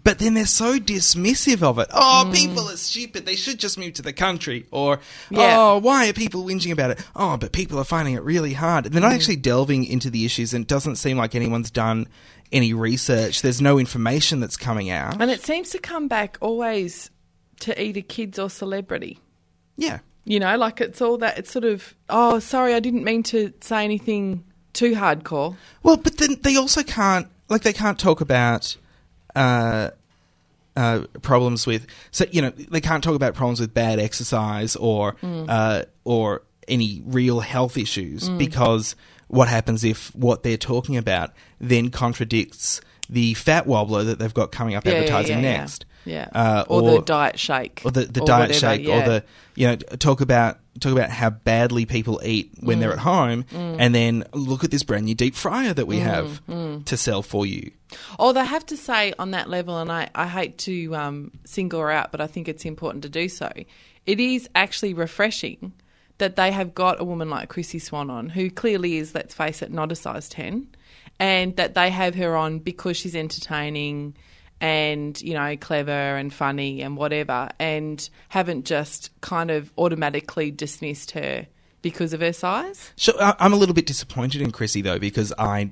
D: But then they're so dismissive of it. Oh,
E: Mm.
D: people are stupid. They should just move to the country. Or,
E: Yeah.
D: oh, why are people whinging about it? Oh, but people are finding it really hard. They're
E: Mm.
D: not actually delving into the issues, and it doesn't seem like anyone's done any research. There's no information that's coming out.
E: And it seems to come back always to either kids or celebrity.
D: Yeah.
E: You know, like it's all that, it's sort of, oh, sorry, I didn't mean to say anything too hardcore.
D: Well, but then they also can't like they can't talk about uh, uh, problems with so you know they can't talk about problems with bad exercise or
E: Mm.
D: uh, or any real health issues because what happens if what they're talking about then contradicts the fat wobbler that they've got coming up advertising
E: yeah, yeah.
D: next
E: Yeah.
D: Uh,
E: or,
D: or
E: the diet shake.
D: or the, the diet
E: whatever,
D: shake
E: yeah.
D: or the you know talk about talk about how badly people eat when
E: Mm.
D: they're at home and then look at this brand new deep fryer that
E: Mm,
D: we have to sell for you
E: Or they have to say on that level, and I, I hate to um, single her out, but I think it's important to do so. It is actually refreshing that they have got a woman like Chrissy Swan on, who clearly is, let's face it, not a size 10, and that they have her on because she's entertaining and, you know, clever and funny and whatever, and haven't just kind of automatically dismissed her because of her size.
D: so I, i'm a little bit disappointed in chrissy though because i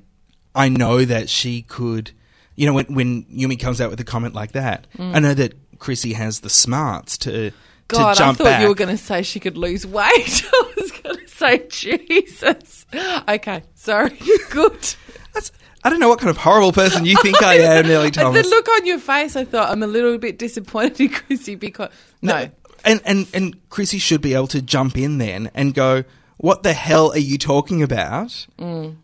D: i know that she could you know when, when yumi comes out with a comment like that i know that chrissy has the smarts to
E: Mm. God,
D: to
E: I
D: jump
E: thought
D: back.
E: you were going to say she could lose weight. I was going to say Jesus. Okay, sorry. Good.
D: That's- I don't know what kind of horrible person you think I am, Nellie
E: And
D: Thomas.
E: the look on your face, I thought I'm a little bit disappointed in Chrissy because no,
D: And, and and Chrissy should be able to jump in then and go, "What the hell are you talking about? You're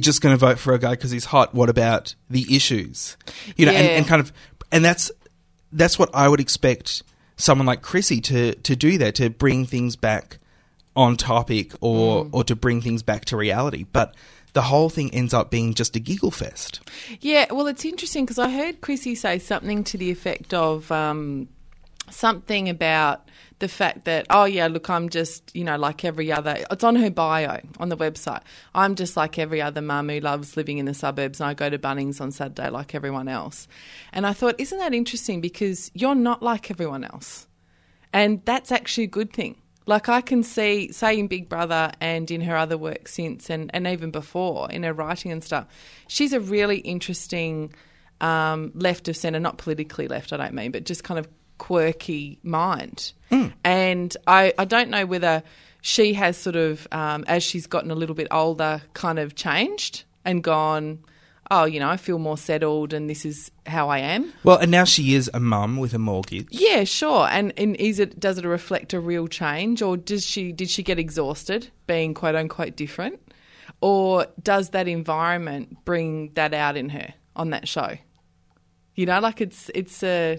D: just going to vote for a guy because he's hot. What about the issues? You know, and,
E: Yeah.
D: and kind of, and that's that's what I would expect someone like Chrissy to to do there to bring things back on topic or or to bring things back to reality, but. The whole thing ends up being just a giggle fest.
E: yeah. Well, it's interesting because I heard Chrissy say something to the effect of um, something about the fact that oh yeah, look, I'm just you know like every other. It's on her bio on the website. I'm just like every other mum who loves living in the suburbs, and I go to Bunnings on Saturday like everyone else. And I thought, isn't that interesting? Because you're not like everyone else. And that's actually a good thing. Like I can see, say in Big Brother and in her other work since, and, and even before in her writing and stuff, she's a really interesting um, left of centre, not politically left, I don't mean, but just kind of quirky mind. And I, I don't know whether she has sort of, um, as she's gotten a little bit older, kind of changed and gone, oh, you know, I feel more settled and this is how I am.
D: Well, and now she is a mum with a mortgage.
E: Yeah, sure. And and is it does it reflect a real change, or does she did she get exhausted being quote unquote different, or does that environment bring that out in her on that show? You know, like it's it's a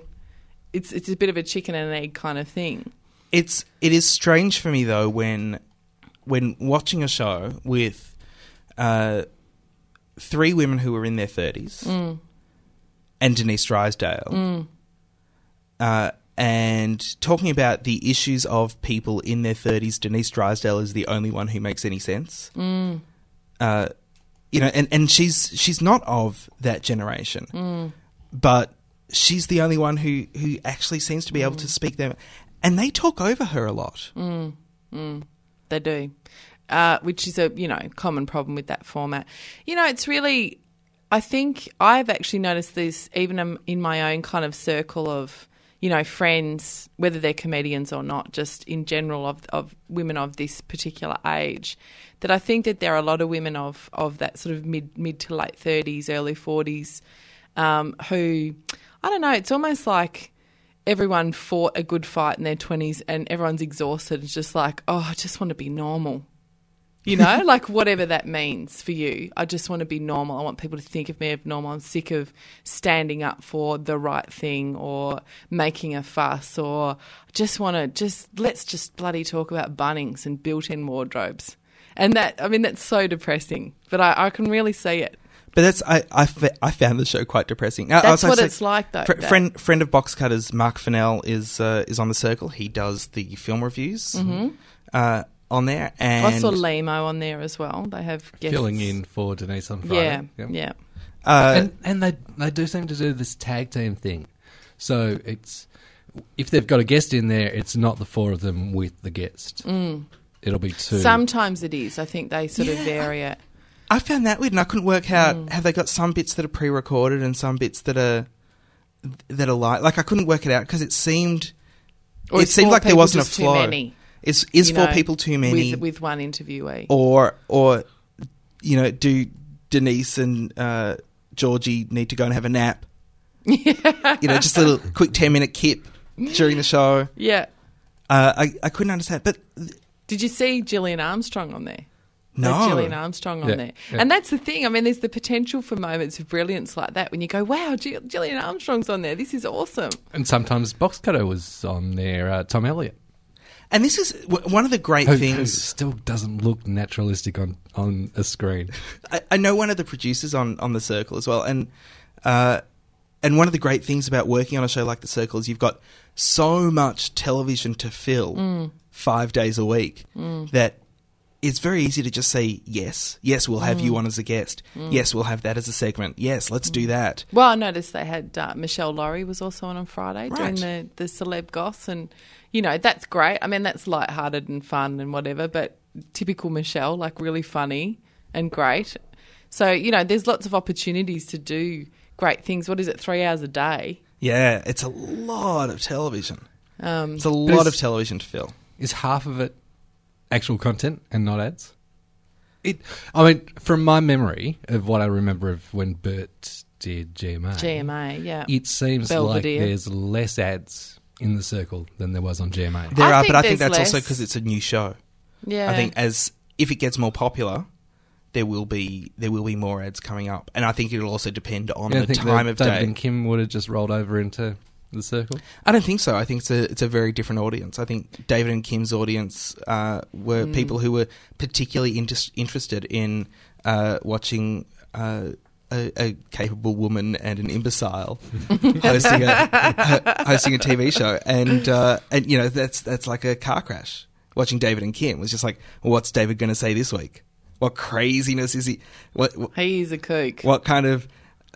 E: it's it's a bit of a chicken and egg kind of thing.
D: It's it is strange for me though when when watching a show with uh, three women who were in their thirties and Denise Drysdale, uh, and talking about the issues of people in their thirties. Denise Drysdale is the only one who makes any sense. Uh, you know, and, and she's she's not of that generation, but she's the only one who who actually seems to be
E: Mm.
D: able to speak them. And they talk over her a lot.
E: They do, uh, which is a you know common problem with that format. You know, it's really. I think I've actually noticed this even um, in my own kind of circle of you know friends, whether they're comedians or not, just in general of of women of this particular age. That I think that there are a lot of women of of that sort of mid mid to late thirties, early forties, um, who I don't know. It's almost like everyone fought a good fight in their 20s and everyone's exhausted it's just like oh i just want to be normal you know like whatever that means for you i just want to be normal i want people to think of me as normal i'm sick of standing up for the right thing or making a fuss or I just want to just let's just bloody talk about bunnings and built-in wardrobes and that i mean that's so depressing but i, I can really see it
D: But that's I, I, fa- I found the show quite depressing. That's
E: what it's like, though, that-
D: friend friend of box cutters Mark Fennell is uh, is on the circle. He does the film reviews uh, on there, and
E: Mm-hmm. i saw limo on there as well they have guests.
B: filling in for Denise on
E: yeah
B: Friday. Yep.
E: yeah
D: uh,
B: and, and they they do seem to do this tag team thing. So it's if they've got a guest in there, it's not the four of them with the guest.
E: Mm.
B: It'll be two.
E: Sometimes it is. I think they sort of vary it.
D: I found that weird, and I couldn't work out
E: Mm.
D: have they got some bits that are pre-recorded and some bits that are that are live. Like I couldn't work it out because it seemed
E: Or
D: it
E: it's
D: seemed
E: four
D: like there
E: people
D: wasn't a
E: just too
D: flow.
E: many,
D: Is is
E: you
D: four
E: know,
D: people too many,
E: with, with one interviewee?
D: or or you know, do Denise and uh, Georgie need to go and have a nap? you know, just a little quick ten minute kip during the show.
E: yeah.
D: Uh, I I couldn't understand, but
E: Did you see Gillian Armstrong on there?
D: no,
E: Like Gillian Armstrong on
B: Yeah,
E: there.
B: yeah.
E: And that's the thing. I mean, there's the potential for moments of brilliance like that when you go, wow, G- Gillian Armstrong's on there. This is awesome.
B: and sometimes Box Cutter was on there. Uh, Tom Elliott,
D: and this is w- one of the great
B: who, who
D: things.
B: still doesn't look naturalistic on on a screen.
D: I, I know one of the producers on on the Circle as well, and uh, and one of the great things about working on a show like the Circle is you've got so much television to fill
E: Mm.
D: five days a week that it's very easy to just say yes, yes, we'll have
E: Mm.
D: you on as a guest, yes, we'll have that as a segment, yes, let's do that.
E: Well, I noticed they had uh, Michelle Laurie was also on on Friday
D: Right.
E: doing the, the celeb goss, and you know that's great. I mean, that's lighthearted and fun and whatever, but typical Michelle, like really funny and great. So you know, there's lots of opportunities to do great things. What is it? Three hours a day.
D: Yeah, it's a lot of television.
E: Um,
D: It's a lot of
B: it's-
D: television to fill.
B: Is half of it actual content and not ads? It. I mean, from my memory of what I remember of when Bert did GMA,
E: GMA, yeah.
B: it seems
E: Belvedere.
B: like there's less ads in the circle than there was on GMA.
D: There are,
E: think
D: but I think
E: there's
D: that's also
E: less.
D: because it's a new show.
E: yeah.
D: I think as if it gets more popular, there will be there will be more ads coming up, and I think it'll also depend on
B: Yeah, I
D: the
B: think
D: time
B: that
D: of
B: David
D: day.
B: and Kim would have just rolled over into the circle.
D: I don't think so. I think it's a it's a very different audience. I think David and Kim's audience uh,
E: Mm.
D: were people who were particularly inter- interested in uh, watching. Uh, a, a capable woman and an imbecile hosting a ho- hosting a TV show, and uh, and you know that's that's like a car crash. Watching David and Kim was just like, well, what's David going to say this week? What craziness is he? What what,
E: he is a kook.
D: what kind of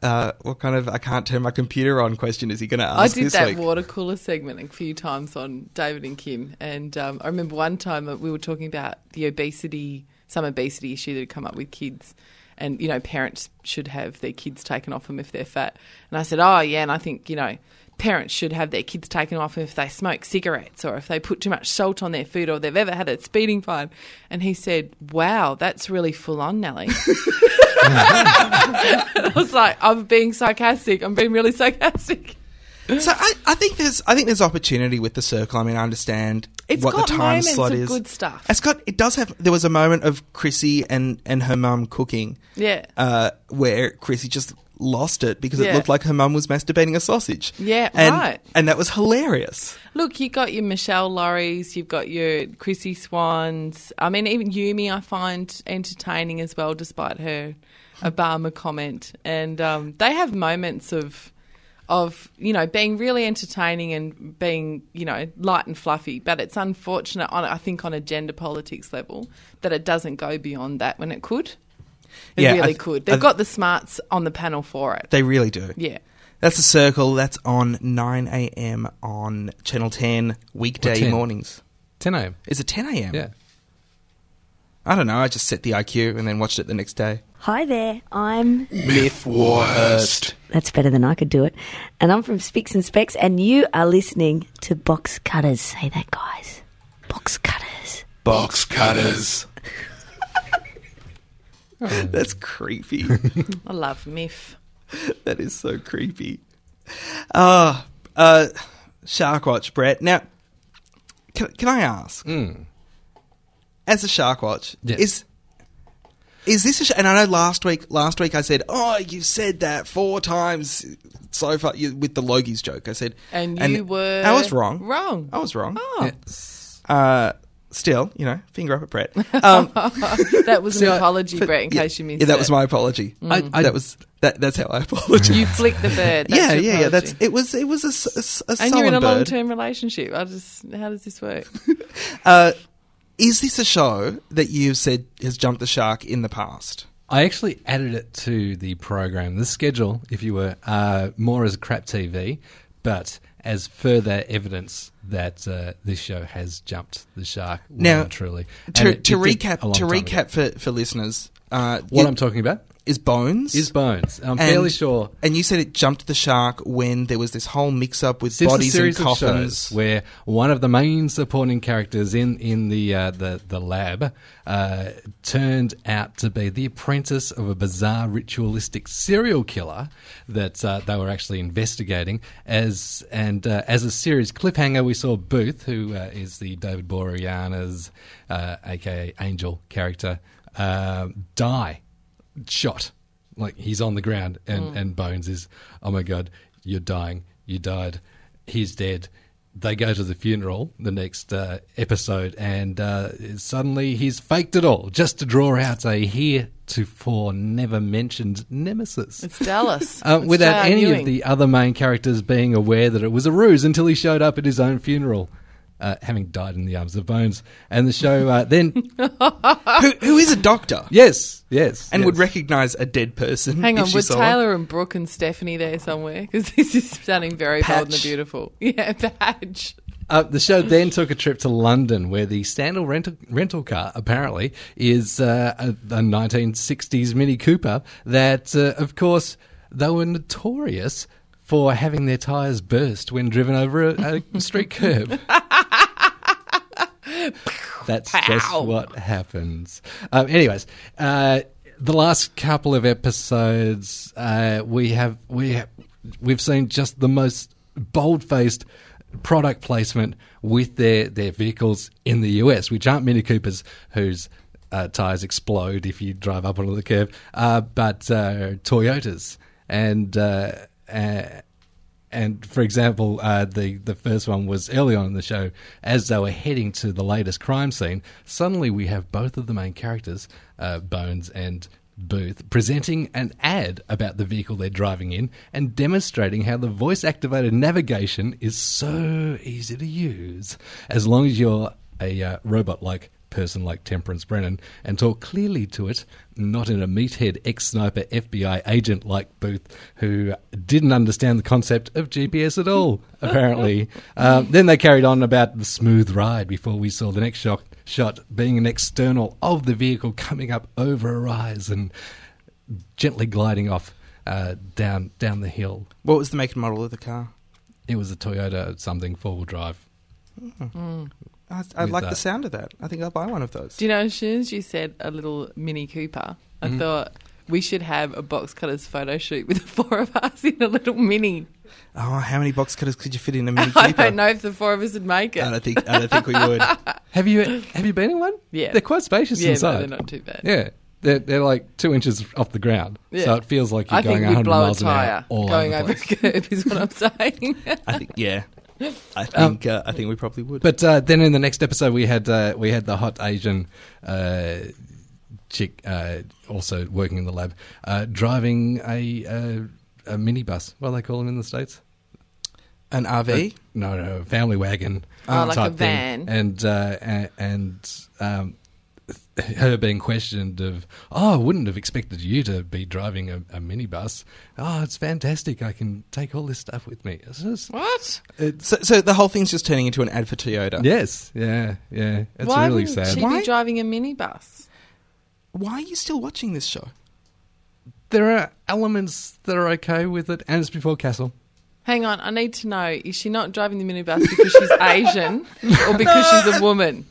D: uh, what kind of I can't turn my computer on question is he going to
E: I
D: ask
E: did
D: this
E: that
D: week?
E: water cooler segment a few times on David and Kim, and um, I remember one time that we were talking about the obesity, some obesity issue that had come up with kids, and you know parents should have their kids taken off them if they're fat, and I said, oh yeah, and I think you know parents should have their kids taken off them if they smoke cigarettes or if they put too much salt on their food or they've ever had a speeding fine, and he said, wow, that's really full on, Nellie. I was like, I'm being sarcastic. I'm being really sarcastic.
D: So I, I think there's I think there's opportunity with the circle. I mean, I understand
E: It's
D: what
E: got
D: the time
E: moments
D: slot
E: of
D: is.
E: good stuff.
D: It's got it does have. There was a moment of Chrissy and and her mum cooking.
E: Yeah.
D: Uh, where Chrissy just lost it because it
E: Yeah.
D: looked like her mum was masturbating a sausage.
E: Yeah,
D: and,
E: right.
D: And that was hilarious.
E: Look, you got your Michelle Lorries, you've got your Chrissy Swans. I mean, even Yumi, I find entertaining as well, despite her Obama comment. And um, they have moments of, of you know, being really entertaining and being you know light and fluffy. But it's unfortunate, on I think, on a gender politics level, that it doesn't go beyond that when it could. It
D: Yeah, I
E: really
D: th-
E: could.
D: I
E: They've
D: th-
E: got the smarts on the panel for it.
D: They really do.
E: Yeah.
D: That's the circle. That's on 9 a.m. on Channel 10 weekday
B: 10?
D: mornings.
B: 10 a.m.
D: Is it 10 a.m.?
B: Yeah.
D: I don't know. I just set the IQ and then watched it the next day.
H: Hi there, I'm.
A: Myth worst.
H: That's better than I could do it. And I'm from Spicks and Specks, and you are listening to Box Cutters. Say that, guys. Box Cutters.
A: Box cutters.
D: That's creepy.
E: I love Miff.
D: that is so creepy. Ah, uh, Shark Watch, Brett. Now, can, can I ask? As a Shark Watch,
B: Hmm. Yes.
D: is is this? A sh- and I know last week, last week I said, "Oh, you said that four times so far you, with the Logies joke." I said,
E: And you were
D: I was wrong.
E: wrong.
D: I was wrong.
E: Oh,
D: Uh, still, you know, finger up at Brett. Um,
E: that was an
B: I-
E: apology, Brett, in
D: yeah,
E: case you missed
D: yeah, that
E: it.
D: was my apology.
B: I- I-
D: that was that. That's how I apologize.
E: You flicked the bird. That's
D: yeah,
E: your
D: yeah, yeah. That's
E: apology.
D: it. Was it was a, s- a s- a
E: and you're in a
D: sullen
E: long
D: bird.
E: term relationship. I just, how does this work?
D: Uh, is this a show that you've said has jumped the shark in the past?
B: I actually added it to the program, the schedule, if you were, uh, more as crap TV, but as further evidence that uh, this show has jumped the shark. well
D: Now,
B: and truly. And
D: To,
B: it-
D: to
B: it did a
D: recap,
B: long
D: to
B: time ago.
D: recap for, for listeners, uh,
B: what
D: you-
B: I'm talking about
D: is Bones
B: is Bones. I'm
D: and-
B: fairly sure
D: And you said it jumped the shark when there was this whole mix-up with
B: Since
D: bodies
B: the
D: and
B: series of
D: coffins.
B: shows where one of the main supporting characters in in the uh, the the lab uh, turned out to be the apprentice of a bizarre ritualistic serial killer that uh, they were actually investigating. As and uh, as a series cliffhanger, we saw Booth, who uh, is the David Boreanaz, uh, aka Angel character, uh, die shot. Like he's on the ground, and, and Bones is, oh my God, you're dying. You died. He's dead. They go to the funeral the next uh, episode, and uh, suddenly he's faked it all just to draw out a heretofore never mentioned nemesis.
E: It's Dallas.
B: Um,
E: It's
B: without
E: J.R.
B: any
E: Ewing.
B: of the other main characters being aware that it was a ruse until he showed up at his own funeral, uh, having died in the arms of Bones. And the show uh, then,
D: who, who is a doctor
B: yes, yes.
D: and
B: yes.
D: would recognize a dead person.
E: Hang
D: if
E: on,
D: she
E: were
D: saw one.
E: Taylor and Brooke and Stephanie there somewhere? Because this is sounding very bold and the
D: Patch.
E: beautiful. Yeah, Patch.
B: Uh, the show then took a trip to London, where the Sandal rental, rental car apparently is uh, a, a 1960s Mini Cooper that, uh, of course, they were notorious for having their tyres burst when driven over a, a street curb. That's just what happens. Um, anyways, uh, the last couple of episodes, uh, we have we have, we've seen just the most bold faced product placement with their their vehicles in the US, which aren't Mini Coopers, whose uh, tires explode if you drive up onto the curb, uh, but uh, Toyotas and. Uh, uh, and for example, uh, the the first one was early on in the show. As they were heading to the latest crime scene, suddenly we have both of the main characters, uh, Bones and Booth, presenting an ad about the vehicle they're driving in and demonstrating how the voice activated navigation is so easy to use as long as you're a uh, robot like person like Temperance Brennan and talk clearly to it, not in a meathead ex sniper FBI agent like Booth, who didn't understand the concept of GPS at all, apparently. um, then they carried on about the smooth ride before we saw the next shot, shot being an external of the vehicle coming up over a rise and gently gliding off. Uh, down down the hill,
D: What was the make and model of the car?
B: it was a Toyota something four wheel drive.
D: I, I
B: With
D: like the
B: that.
D: sound of that. I think I'll buy one of those. Mm-hmm.
E: Do you know, as soon as you said a little Mini Cooper, I thought, We should have a box cutters photo shoot with the four of us in a little mini.
D: Oh, how many box cutters could you fit in a mini
E: I
D: keeper?
E: don't know if the four of us would make it.
D: I don't think. I don't think we would.
B: Have you have you been in one?
E: Yeah.
B: they're quite spacious
E: yeah,
B: inside.
E: no, they're not too bad.
B: Yeah, they're, they're like two inches off the ground,
E: Yeah.
B: so it feels like you're
E: I
B: going
E: think we
B: 100
E: blow a
B: miles an
E: tire
B: hour all
E: going
B: over.
E: over,
B: the
E: a
B: place.
E: curb is what I'm saying.
D: I think. Yeah. I think. uh, I think we probably would.
B: But uh, then in the next episode, we had uh, we had the hot Asian uh, chick uh, also working in the lab, uh, driving a, uh, a a minibus. What do they call them in the states?
D: an RV.
B: No, no, family wagon.
E: Oh, like a
B: type
E: van.
B: And uh, a- and um, her being questioned of, oh, I wouldn't have expected you to be driving a, a minibus. Oh, it's fantastic! I can take all this stuff with me. It's just-
E: what?
D: so, so the whole thing's just turning into an ad for Toyota.
B: yes, yeah, yeah. It's
E: Why
B: really
E: wouldn't
B: sad.
E: she
D: Why?
E: be driving a minibus?
D: Why are you still watching this show?
B: There are elements that are okay with it, and it's before Castle.
E: Hang on, I need to know: is she not driving the minibus because she's Asian, or because she's a woman,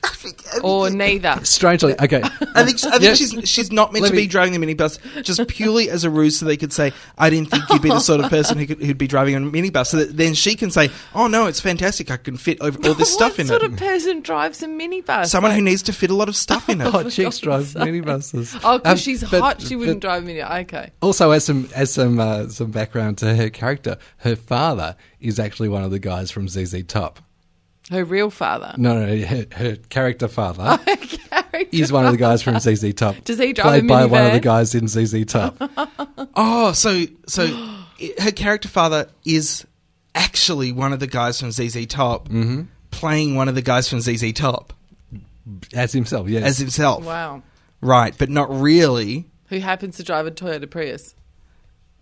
E: or neither?
B: Strangely, okay.
D: I think, I think
B: Yeah.
D: she's she's not meant
B: Let
D: to
B: me-
D: be driving the minibus just purely as a ruse so they could say, I didn't think you'd be the sort of person who could, who'd be driving a minibus. So that then she can say, oh no, it's fantastic. I can fit over all this stuff
E: what
D: in
E: sort
D: it.
E: of person drives a minibus?
D: Someone who needs to fit a lot of stuff in it.
B: Hot chicks drive minibuses.
E: Oh, because
B: Um,
E: she's
B: but-
E: hot, she
B: but-
E: wouldn't drive a minibus. Okay.
B: Also, as some as some uh, some background to her character, her father is actually one of the guys from ZZ Top.
E: Her real father.
B: No, no, her, her character father
E: Character.
B: is one of the guys from ZZ Top.
E: Does he drive a
B: played by one of the
E: minivan?
B: guys in ZZ Top?
D: Oh, so so i- her character father is actually one of the guys from ZZ Top playing one of the guys from ZZ Top
B: as himself, yes.
D: as himself.
E: Wow.
D: Right, but not really.
E: Who happens to drive a Toyota Prius?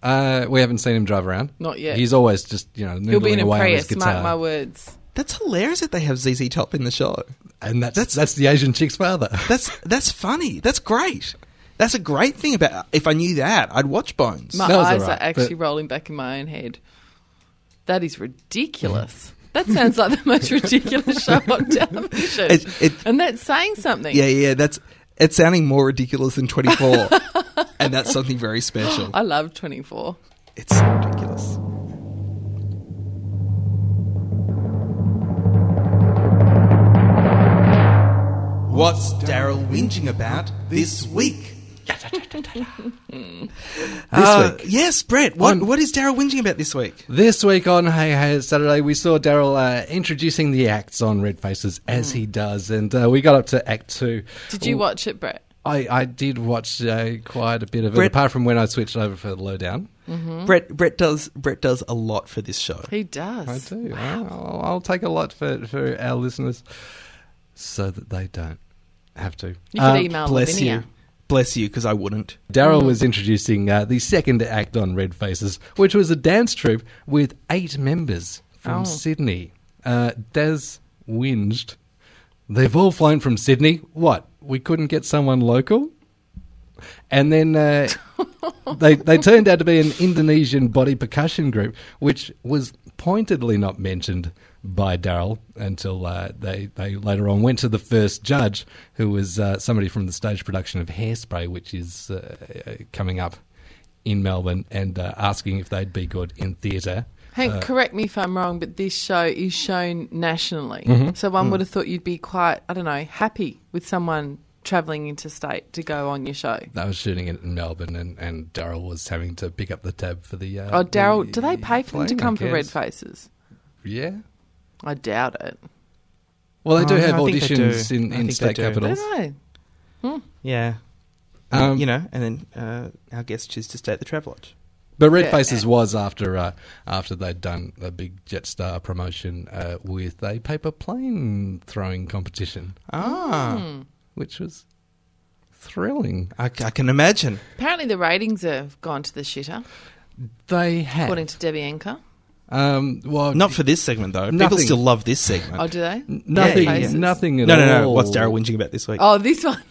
B: uh, we haven't seen him drive around.
E: Not yet.
B: He's always just you know
E: He'll be in
B: nibbling
E: a
B: away on his
E: Prius.
B: guitar,
E: Mark my words.
D: That's hilarious that they have ZZ Top in the show.
B: and that's, that's the Asian chick's father.
D: That's that's funny. That's great. That's a great thing about. If I knew that, I'd watch Bones.
E: My
B: That was
E: eyes
B: alright,
E: are actually
B: but-
E: rolling back in my own head. That is ridiculous. That sounds like the most ridiculous show on television.
D: It- it-
E: and that's saying something.
D: yeah, yeah. That's it's sounding more ridiculous than Twenty Four, and that's something very special.
E: I love 24.
D: It's so ridiculous. What's Daryl whinging about this week? Uh, yes, Brett. What
B: On-
D: what is Daryl whinging about this week?
B: This week on Hey Hey It's Saturday, we saw Daryl uh, introducing the acts on Red Faces as he does, and uh, we got up to Act Two.
E: Hmm. Did
B: Oh.
E: you watch it, Brett?
B: I, I did watch uh, quite a bit of
D: Brett-
B: it, apart from when I switched over for the lowdown.
D: Brett Brett does Brett does a lot for this show.
E: He
B: I
E: does.
B: do. I'll, I'll take a lot for, for our listeners so that they don't have to.
E: You could
B: Uh,
E: email
D: Bless
E: Lavinia.
D: you, bless you, because I wouldn't.
B: Daryl was introducing uh, the second act on Red Faces, which was a dance troupe with eight members from
E: Oh.
B: Sydney. Uh, Daz whinged. They've all flown from Sydney. What? We couldn't get someone local? And then uh, they, they turned out to be an Indonesian body percussion group, which was pointedly not mentioned by Daryl until uh, they, they later on went to the first judge, who was uh, somebody from the stage production of Hairspray, which is uh, uh, coming up in Melbourne, and uh, asking if they'd be good in theatre.
E: Hank,
B: Uh,
E: correct me if I'm wrong, but this show is shown nationally.
B: Mm-hmm.
E: So
B: Mm.
E: one would have thought you'd be quite, I don't know, happy with someone travelling interstate to go on your show.
B: They were shooting it in Melbourne, and, and Daryl was having to pick up the tab for the. Uh,
E: Oh, Daryl,
B: the
E: do they pay for them to
B: plane, I
E: come for red
B: guess.
E: faces?
B: Yeah.
E: I doubt it.
B: Well, they do
D: Oh,
B: have
D: no, I think they do.
B: auditions in,
D: I
B: in
D: think
B: state
D: they do.
E: I
B: capitals.
E: don't know.
D: Yeah.
B: Um,
D: you know, and then uh, our guests choose to stay at the Travelodge.
B: But Red
E: Yeah.
B: Faces was after uh, after they'd done a big Jetstar promotion uh, with a paper plane throwing competition,
D: Ah,
B: which was thrilling.
D: I, c- I can imagine.
E: Apparently, the ratings have gone to the shitter,
B: They had
E: according to Debbie Anker.
B: um, well
D: Not for this segment though. People
B: Nothing.
D: still love this segment.
E: Oh, do they?
B: nothing
E: Red Faces.
B: nothing at
D: no, no,
B: all.
D: no. What's Daryl whinging about this week?
E: Oh, this one.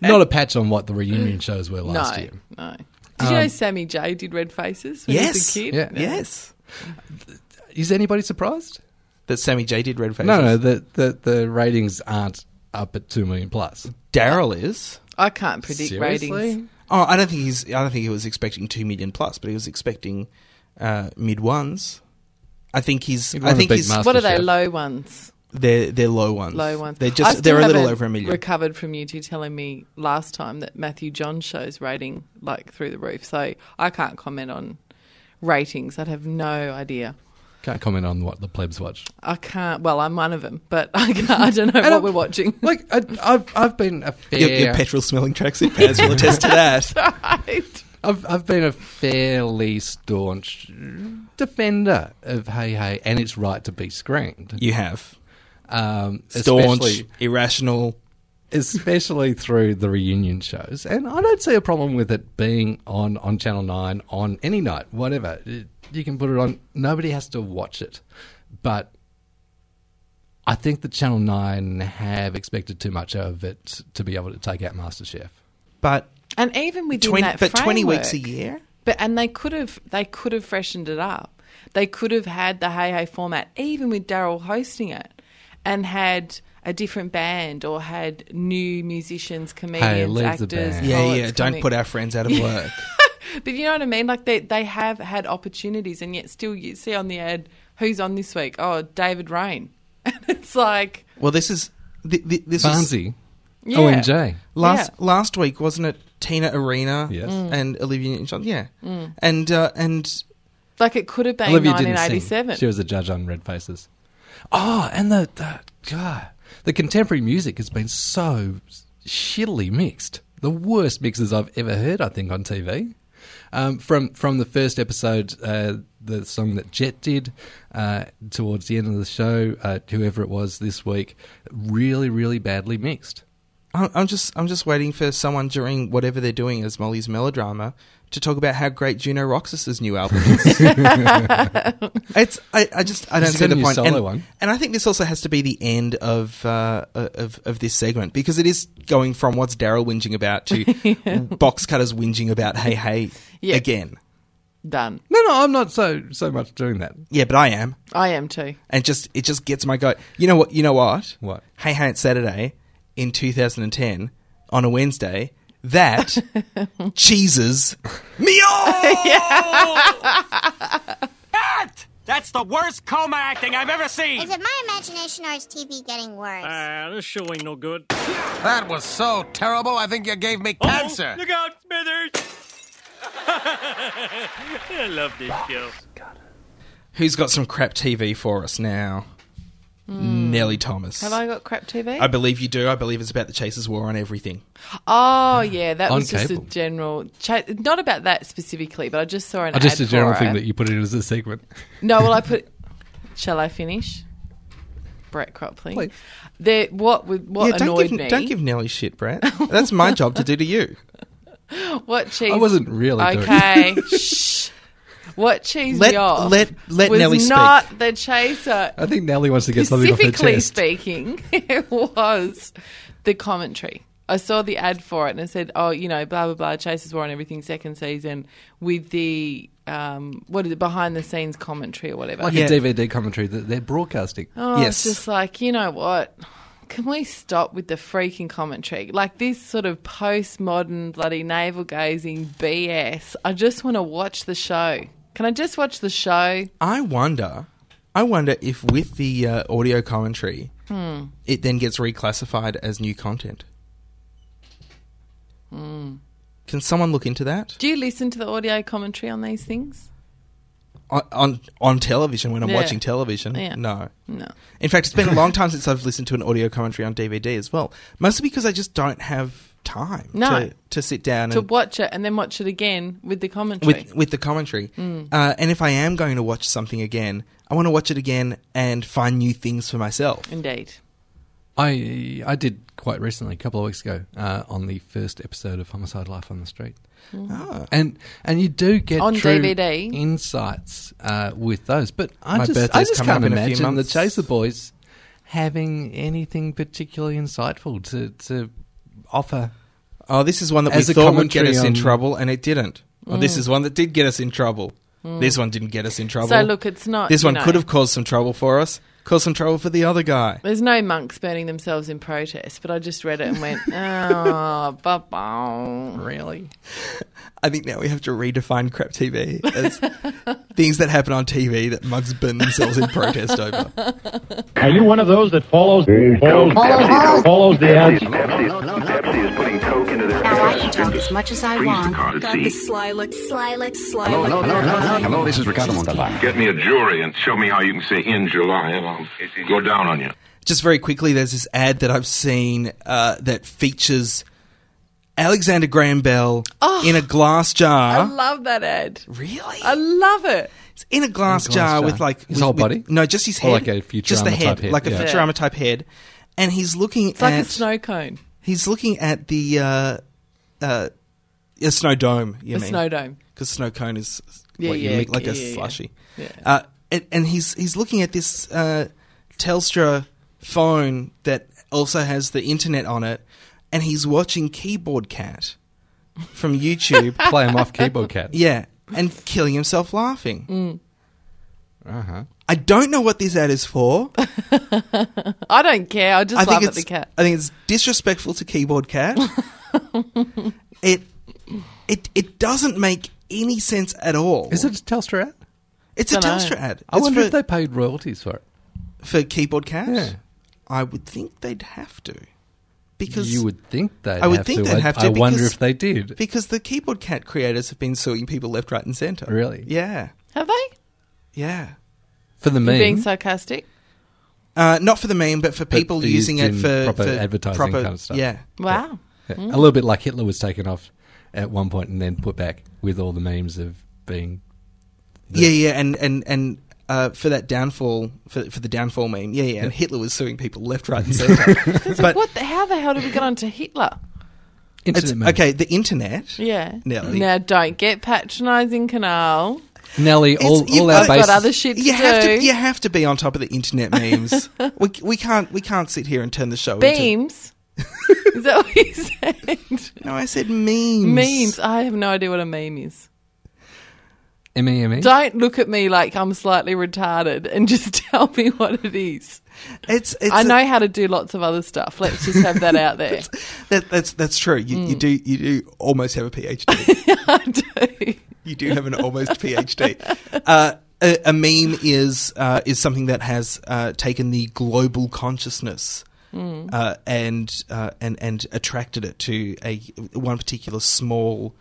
B: Not a patch on what the reunion shows were last
E: no,
B: year.
E: no. Did you know Sammy J did red faces when he was
D: Um, Yes.
E: a kid?
B: Yeah.
D: Yes,
B: Is anybody surprised?
D: that Sammy J did red faces.
B: No, no. The, the the ratings aren't up at two million plus.
D: Daryl is.
E: I can't predict
B: Seriously?
E: ratings.
D: Oh, I don't think he's. I don't think he was expecting two million plus, but he was expecting uh, mid ones. I think he's.
B: He'd
D: I
B: want a
D: think
B: big
D: he's.
B: master.
E: What are they?
B: Chef.
E: Low ones.
D: They're they're low ones.
E: Low ones.
D: They're
E: I
D: just.
E: still
D: They're a little
E: haven't
D: over a million.
E: Recovered from you two telling me last time that Matthew John shows rating like through the roof. So I can't comment on ratings. I'd have no idea.
B: Can't comment on what the plebs watch.
E: I can't. Well, I'm one of them, but I, can't, I don't know
B: And
E: what
B: I'm-
E: we're watching.
B: Like I, I've I've been a fair
D: your, your petrol smelling tracksuit pants will attest to that.
E: Right.
B: I've I've been a fairly staunch defender of Hey Hey and its right to be screened.
D: You have
B: Um,
D: staunch,
B: especially-
D: irrational.
B: especially through the reunion shows. And I don't see a problem with it being on, on Channel 9 on any night, whatever. It- you can put it on. Nobody has to watch it. But I think that Channel 9 have expected too much of it to be able to take out MasterChef.
D: But
E: And even within
D: twenty.
E: that,
D: But twenty weeks a
E: framework-
D: year.
E: But and they could have they could have freshened it up. They could have had the Hey Hey format, even with Daryl hosting it, and had a different band or had new musicians, comedians,
B: leave the
E: actors.
B: band.
E: oh,
D: Yeah,
E: it's
D: yeah. Don't
E: coming.
D: put our friends out of work.
E: But you know what I mean? Like they they have had opportunities, and yet still you see on the ad who's on this week. Oh, David Rain. And it's like
D: well, this is th- th- this is
B: Barnsey,
E: yeah.
B: Oh, OMJ.
D: last
E: Yeah.
D: last week, wasn't it? Tina Arena
B: Yes. Mm.
D: and Olivia Newton-John. Yeah,
E: Mm.
D: and uh, and
E: Like it could have been
B: Olivia didn't sing.
E: 1987.
B: She was a judge on Red Faces. Oh, and the, the God, the contemporary music has been so shittily mixed. The worst mixes I've ever heard, I think, on TV. Um, from from the first episode, uh, the song that Jet did uh, towards the end of the show, uh, whoever it was this week, really, really badly mixed.
D: I'm, I'm just I'm just waiting for someone during whatever they're doing as Molly's melodrama to talk about how great Juno Roxas's new album is. it's I, I just I don't
B: She's got
D: see
B: a
D: the
B: new
D: point.
B: solo
D: and,
B: one.
D: and I think this also has to be the end of uh, of of this segment because it is going from what's Daryl whinging about to box cutters whinging about hey hey
E: Yeah.
D: again.
E: Done.
B: No, no, I'm not so so much doing that.
D: Yeah, but I am,
E: I am too.
D: and just it just gets my goat. You know what? You know what?
B: What?
D: Hey Hey It's Saturday in 2010 on a Wednesday that cheeses me off.
I: That's the worst coma acting I've ever seen.
J: Is it my imagination or is TV getting worse?
I: Ah, this show ain't no good.
K: That was so terrible, I think you gave me cancer.
I: Oh, look out, Smithers! I love this show.
D: Who's got some crap TV for us now? Nellie Thomas.
E: Hmm. Have I got crap TV?
D: I believe you do. I believe it's about the Chasers' War on everything.
E: Oh yeah, that
B: On
E: was just
B: cable.
E: a general. Cha- not about that specifically, but I just saw an.
B: Oh, just
E: ad
B: a general
E: for
B: thing
E: it.
B: that you put in as a segment.
E: No, well, I put. Shall I finish? Brett Cropley.
D: Please.
E: There, what would what
D: yeah, don't
E: annoyed
D: give,
E: me?
D: don't give Nellie shit, Brett. That's my job to do to you.
E: what cheese?
B: I wasn't really doing
E: okay. Shh. What cheese
D: Let-
E: me off?
D: let- let
E: was
D: Nelly speak.
E: not the chaser.
B: I think Nelly wants to get something off her
E: Specifically
B: chest.
E: speaking, it was the commentary. I saw the ad for it and it said, "Oh, you know, blah blah blah, Chase's War and everything, second season with the um, what is it, behind the scenes commentary or whatever."
B: like
D: Yeah.
B: a DVD commentary that they're broadcasting.
E: Oh,
D: yes.
E: it's just like you know what? Can we stop with the freaking commentary? Like this sort of postmodern bloody navel gazing BS. I just want to watch the show. Can I just watch the show?
D: I wonder. I wonder if with the uh, audio commentary,
E: Hmm.
D: it then gets reclassified as new content.
E: Hmm.
D: Can someone look into that?
E: Do you listen to the audio commentary on these things?
D: on on, on television when I'm
E: Yeah.
D: watching television.
E: Yeah.
D: No.
E: No.
D: In fact, it's been a long time since I've listened to an audio commentary on DVD as well. Mostly because I just don't have time
E: No.
D: to, to sit down
E: To
D: and
E: watch it and then watch it again with the commentary.
D: with with the commentary.
E: Hmm.
D: Uh, and if I am going to watch something again, I want to watch it again and find new things for myself.
E: Indeed.
B: I I did quite recently, a couple of weeks ago, uh, on the first episode of Homicide: Life on the Street,
D: Ah.
B: and and you do get
E: Hmm. On
B: true
E: DVD.
B: insights uh, with those. But I
D: My
B: just I
D: birthday's
B: just
D: coming
B: can't
D: up in a few
B: imagine the
D: months.
B: Chaser Boys having anything particularly insightful to to offer.
D: Oh, this is one that
B: As
D: we
B: a
D: thought would get
B: commentary
D: us in
B: on-
D: trouble, and it didn't. Or this is one that did get us in trouble. This one didn't get us in trouble.
E: Mm. So look, it's not.
D: this
E: you
D: one
E: know,
D: could have caused some trouble for us. Cause some trouble for the other guy.
E: There's no monks burning themselves in protest, but I just read it and went, oh, ba
D: Really? I think now we have to redefine crap TV as things that happen on TV that mugs burn themselves in protest over.
L: Are you one of those that follows follows,
F: Pepsi.
L: follows the ads?
F: Pepsi is putting coke into their
M: Now I can talk as much as I want.
F: card,
M: Got
F: see?
M: the sly look, sly look, sly
F: Hello,
M: look.
F: hello, hello, hello, hello, this
M: is Ricardo Montalban.
F: Get me a jury and show me how you can say in July, and I'll go down on you.
D: Just very quickly, there's this ad that I've seen uh, that features Alexander Graham Bell
E: Oh.
D: in a glass
E: I
D: jar.
E: love that ad.
D: Really?
E: I love it.
D: It's in a glass, jar, with like
B: His
D: with-
B: whole
D: with-
B: body?
D: no, just his head,
B: Or like a
D: just the
B: Futurama
D: head,
B: type head,
D: like a
B: yeah.
D: Futurama type head, and he's looking
E: It's
D: at
E: like a snow cone.
D: he's looking at the uh, uh, a snow dome. You
E: A
D: mean.
E: snow dome.
D: because snow cone is
E: Yeah,
D: what
E: yeah,
D: you lick, like
E: yeah,
D: a
E: yeah, yeah.
D: slushy.
E: Yeah.
D: Uh, and, and he's he's looking at this uh, Telstra phone that also has the internet on it, and he's watching Keyboard Cat from YouTube.
B: Play him off Keyboard Cat.
D: Yeah, and killing himself laughing.
E: Mm.
B: Uh
E: Uh-huh.
B: huh.
D: I don't know what this ad is for.
E: I don't care. I just
D: I
E: laugh
D: think
E: at
D: it's
E: the cat.
D: I think it's disrespectful to Keyboard Cat. it it it doesn't make any sense at all.
B: Is it a Telstra ad?
D: It's a
B: Dunno.
D: Telstra ad.
B: I
D: It's
B: wonder
D: for-
B: if they paid royalties for it.
D: for Keyboard Cat?
B: Yeah.
D: I would think they'd have to. Because
B: You would think they'd
D: I would
B: have
D: think
B: to.
D: they'd
B: I-
D: have to.
B: I wonder
D: because-
B: if they did.
D: Because the Keyboard Cat creators have been suing people left, right, and centre.
B: Really?
D: Yeah.
E: Have they?
D: Yeah.
B: For the
E: You're
B: meme.
E: being sarcastic.
D: Uh, not for the meme, but for
B: But
D: people
B: used
D: using it
B: in
D: for
B: proper
D: for
B: advertising
D: proper-
B: kind of stuff.
D: Yeah.
E: Wow.
B: Yeah.
E: Mm.
B: A little bit like Hitler was taken off at one point and then put back with all the memes of being.
D: Yeah, yeah, and and and uh, for that downfall, for for the downfall meme, yeah, yeah, and Hitler was suing people left, right, and centre. but
E: what the, how the hell did we get onto Hitler?
D: it's,
B: Internet meme.
D: okay, the internet.
E: Yeah.
D: Nelly.
E: Now don't get patronising, Canal.
B: Nelly,
D: It's-
B: all,
D: you've
B: all our
E: got-
B: bases.
E: Got other shit to
D: you have
E: do.
D: To, you have to be on top of the internet memes. we, we can't we can't sit here and turn the show into.
E: Beams. is that what you said?
D: No, I said memes.
E: Memes. I have no idea what a meme is.
B: M-E-M-E?
E: Don't look at me like I'm slightly retarded and just tell me what it is.
D: It's, it's
E: I
D: a-
E: know how to do lots of other stuff. Let's just have that out there.
D: that, that's that's true. You,
E: Mm.
D: you do you do almost have a PhD.
E: I do.
D: you do have an almost PhD. Uh, a, a meme is uh, is something that has uh, taken the global consciousness.
E: Hmm.
D: Uh, and uh, and and attracted it to a one particular small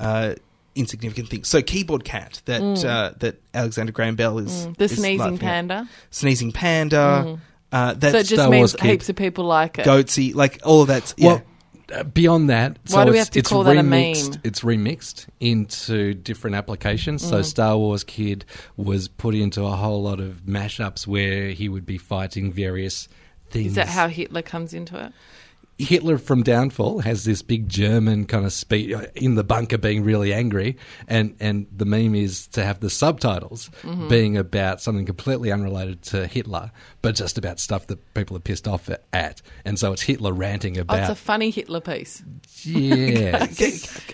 D: uh, insignificant thing. So keyboard cat that
E: Mm.
D: uh, that Alexander Graham Bell is
E: Hmm. The
D: is
E: sneezing
D: laughing at.
E: panda.
D: sneezing panda. Uh, that
E: so it just
B: Star
E: means
B: Wars kid.
E: heaps of people like it.
D: goatsy, like all of that. Yeah.
B: Well, uh, beyond that,
E: Why
B: so
E: do we
B: it's,
E: have to
B: it's
E: call that a meme?
B: remixed. It's remixed into different applications.
E: Mm.
B: So Star Wars Kid was put into a whole lot of mashups where he would be fighting various things.
E: Is that how Hitler comes into it?
B: Hitler from Downfall has this big German kind of speech in the bunker being really angry, and, and the meme is to have the subtitles
E: Mm-hmm.
B: being about something completely unrelated to Hitler, but just about stuff that people are pissed off at. And so it's Hitler ranting
E: Oh, it's
B: about.
E: a funny Hitler piece.
B: yeah. it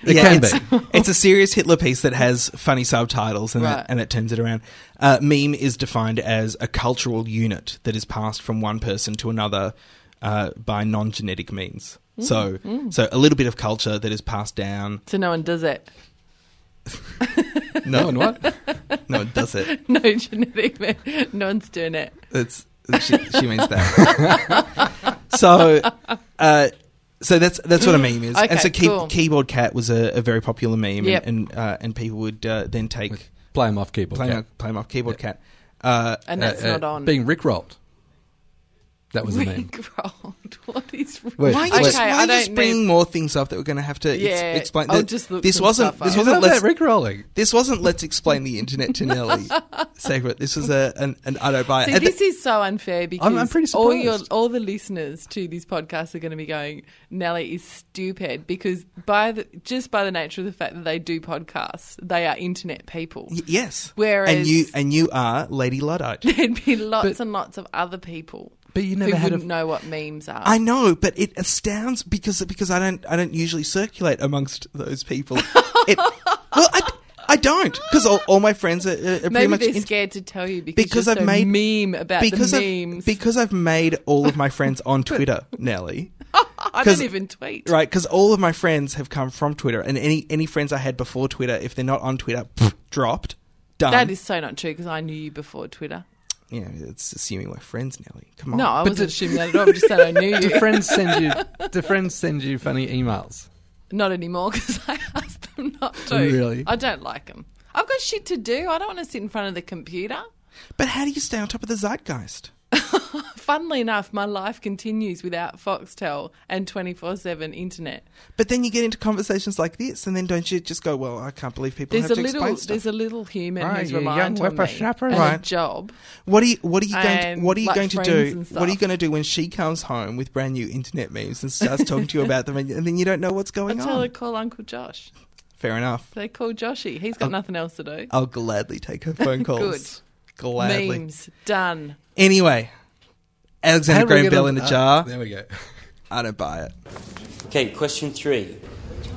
D: Yeah,
B: can
D: it's,
B: be.
D: it's a serious Hitler piece that has funny subtitles and,
E: Right.
D: that, and that turns it around. Uh, meme is defined as a cultural unit that is passed from one person to another uh, by non genetic means.
E: Mm,
D: So, so a little bit of culture that is passed down.
E: So no one does it.
B: No one what?
D: No, it does it.
E: No genetic man. No one's doing it.
D: It's she, she means that. so, uh, so that's that's what a meme is.
E: Okay,
D: and so, key,
E: cool.
D: keyboard cat was a, a very popular meme,
E: Yep.
D: and and, uh, and people would uh, then take
B: Play him off keyboard.
D: play
B: yeah.
D: him play him off keyboard cat. Uh,
E: And that's
B: Uh,
E: not on.
B: Being rickrolled. That was the meme.
E: Rickrolled. What is
B: Wait,
D: why are
B: wait.
D: you just,
E: Okay,
D: why are
E: I
D: you just
E: don't
D: bringing
E: need-
D: more things up that we're going to have to ex-
E: Yeah,
D: explain?
E: I'll
D: That-
E: just look
D: this
E: some
D: wasn't
E: stuff
D: this
E: up.
B: It's
D: wasn't
B: not
D: let's
B: about rickrolling.
D: this wasn't let's explain the internet to Nelly segment. This was a an, an auto buy.
E: See, this is so unfair because
B: I'm pretty
E: all your
B: surprised.
E: all the listeners to this podcast are going to be going, Nelly is stupid because by the, just by the nature of the fact that they do podcasts, they are internet people.
D: yes.
E: Whereas-
D: and you and you are Lady Luddite.
E: There'd be lots
B: But-
E: and lots of other people
B: But you
E: who
B: never had a.
E: wouldn't know what memes are.
D: I know, but it astounds because because I don't I don't usually circulate amongst those people. It, well, I, I don't because all, all my friends are, are are pretty
E: Maybe
D: much
E: they're
D: into-
E: scared to tell you because,
D: Because
E: you're
D: I've
E: so
D: made-
E: meme about
D: because
E: the
D: I've,
E: memes.
D: because I've made all of my friends on Twitter, Nelly.
E: I
D: 'Cause-
E: don't even tweet.
D: Right, because all of my friends have come from Twitter, and any any friends I had before Twitter, if they're not on Twitter, pff, dropped, done.
E: That is so not true because I knew you before Twitter.
D: yeah, it's assuming we're friends, Nelly. Come on,
E: No, I
B: Oh. But
E: wasn't
B: do-
E: assuming that at all. I'm just saying I knew you.
B: Do friends send you? Do friends send you funny emails?
E: Not anymore because I asked them not to.
B: Really?
E: I don't like them. I've got shit to do. I don't want to sit in front of the computer.
D: But how do you stay on top of the zeitgeist?
E: Funnily enough, my life continues without Foxtel and 24 7 internet.
D: But then you get into conversations like this, and then don't you just go, "Well, I can't believe people
E: There's
D: have
E: a
D: to
E: little
D: explain stuff."
E: there's a little human
D: Right,
E: who's
D: you young
E: reliant on me
D: whippersnapper.
E: and a
D: Right.
E: job.
D: What are you, what are you going to,
E: and,
D: what are you
E: like,
D: going to
E: friends
D: do?
E: and
D: What are you
E: stuff.
D: going to do when she comes home with brand new internet memes and starts talking to you about them, and, and then you don't know what's
E: I
D: going
E: tell
D: on?
E: her call Uncle Josh.
D: Fair enough.
E: They call Joshy. He's got
D: Um,
E: nothing else to do.
D: I'll gladly take her phone calls. Gladly.
E: Memes done.
D: Anyway,
B: How
D: Alexander
B: do we
D: Graham
B: get
D: Bell
B: on-
D: in a
B: uh,
D: jar.
B: there we go.
D: I don't buy it.
N: Okay, question three.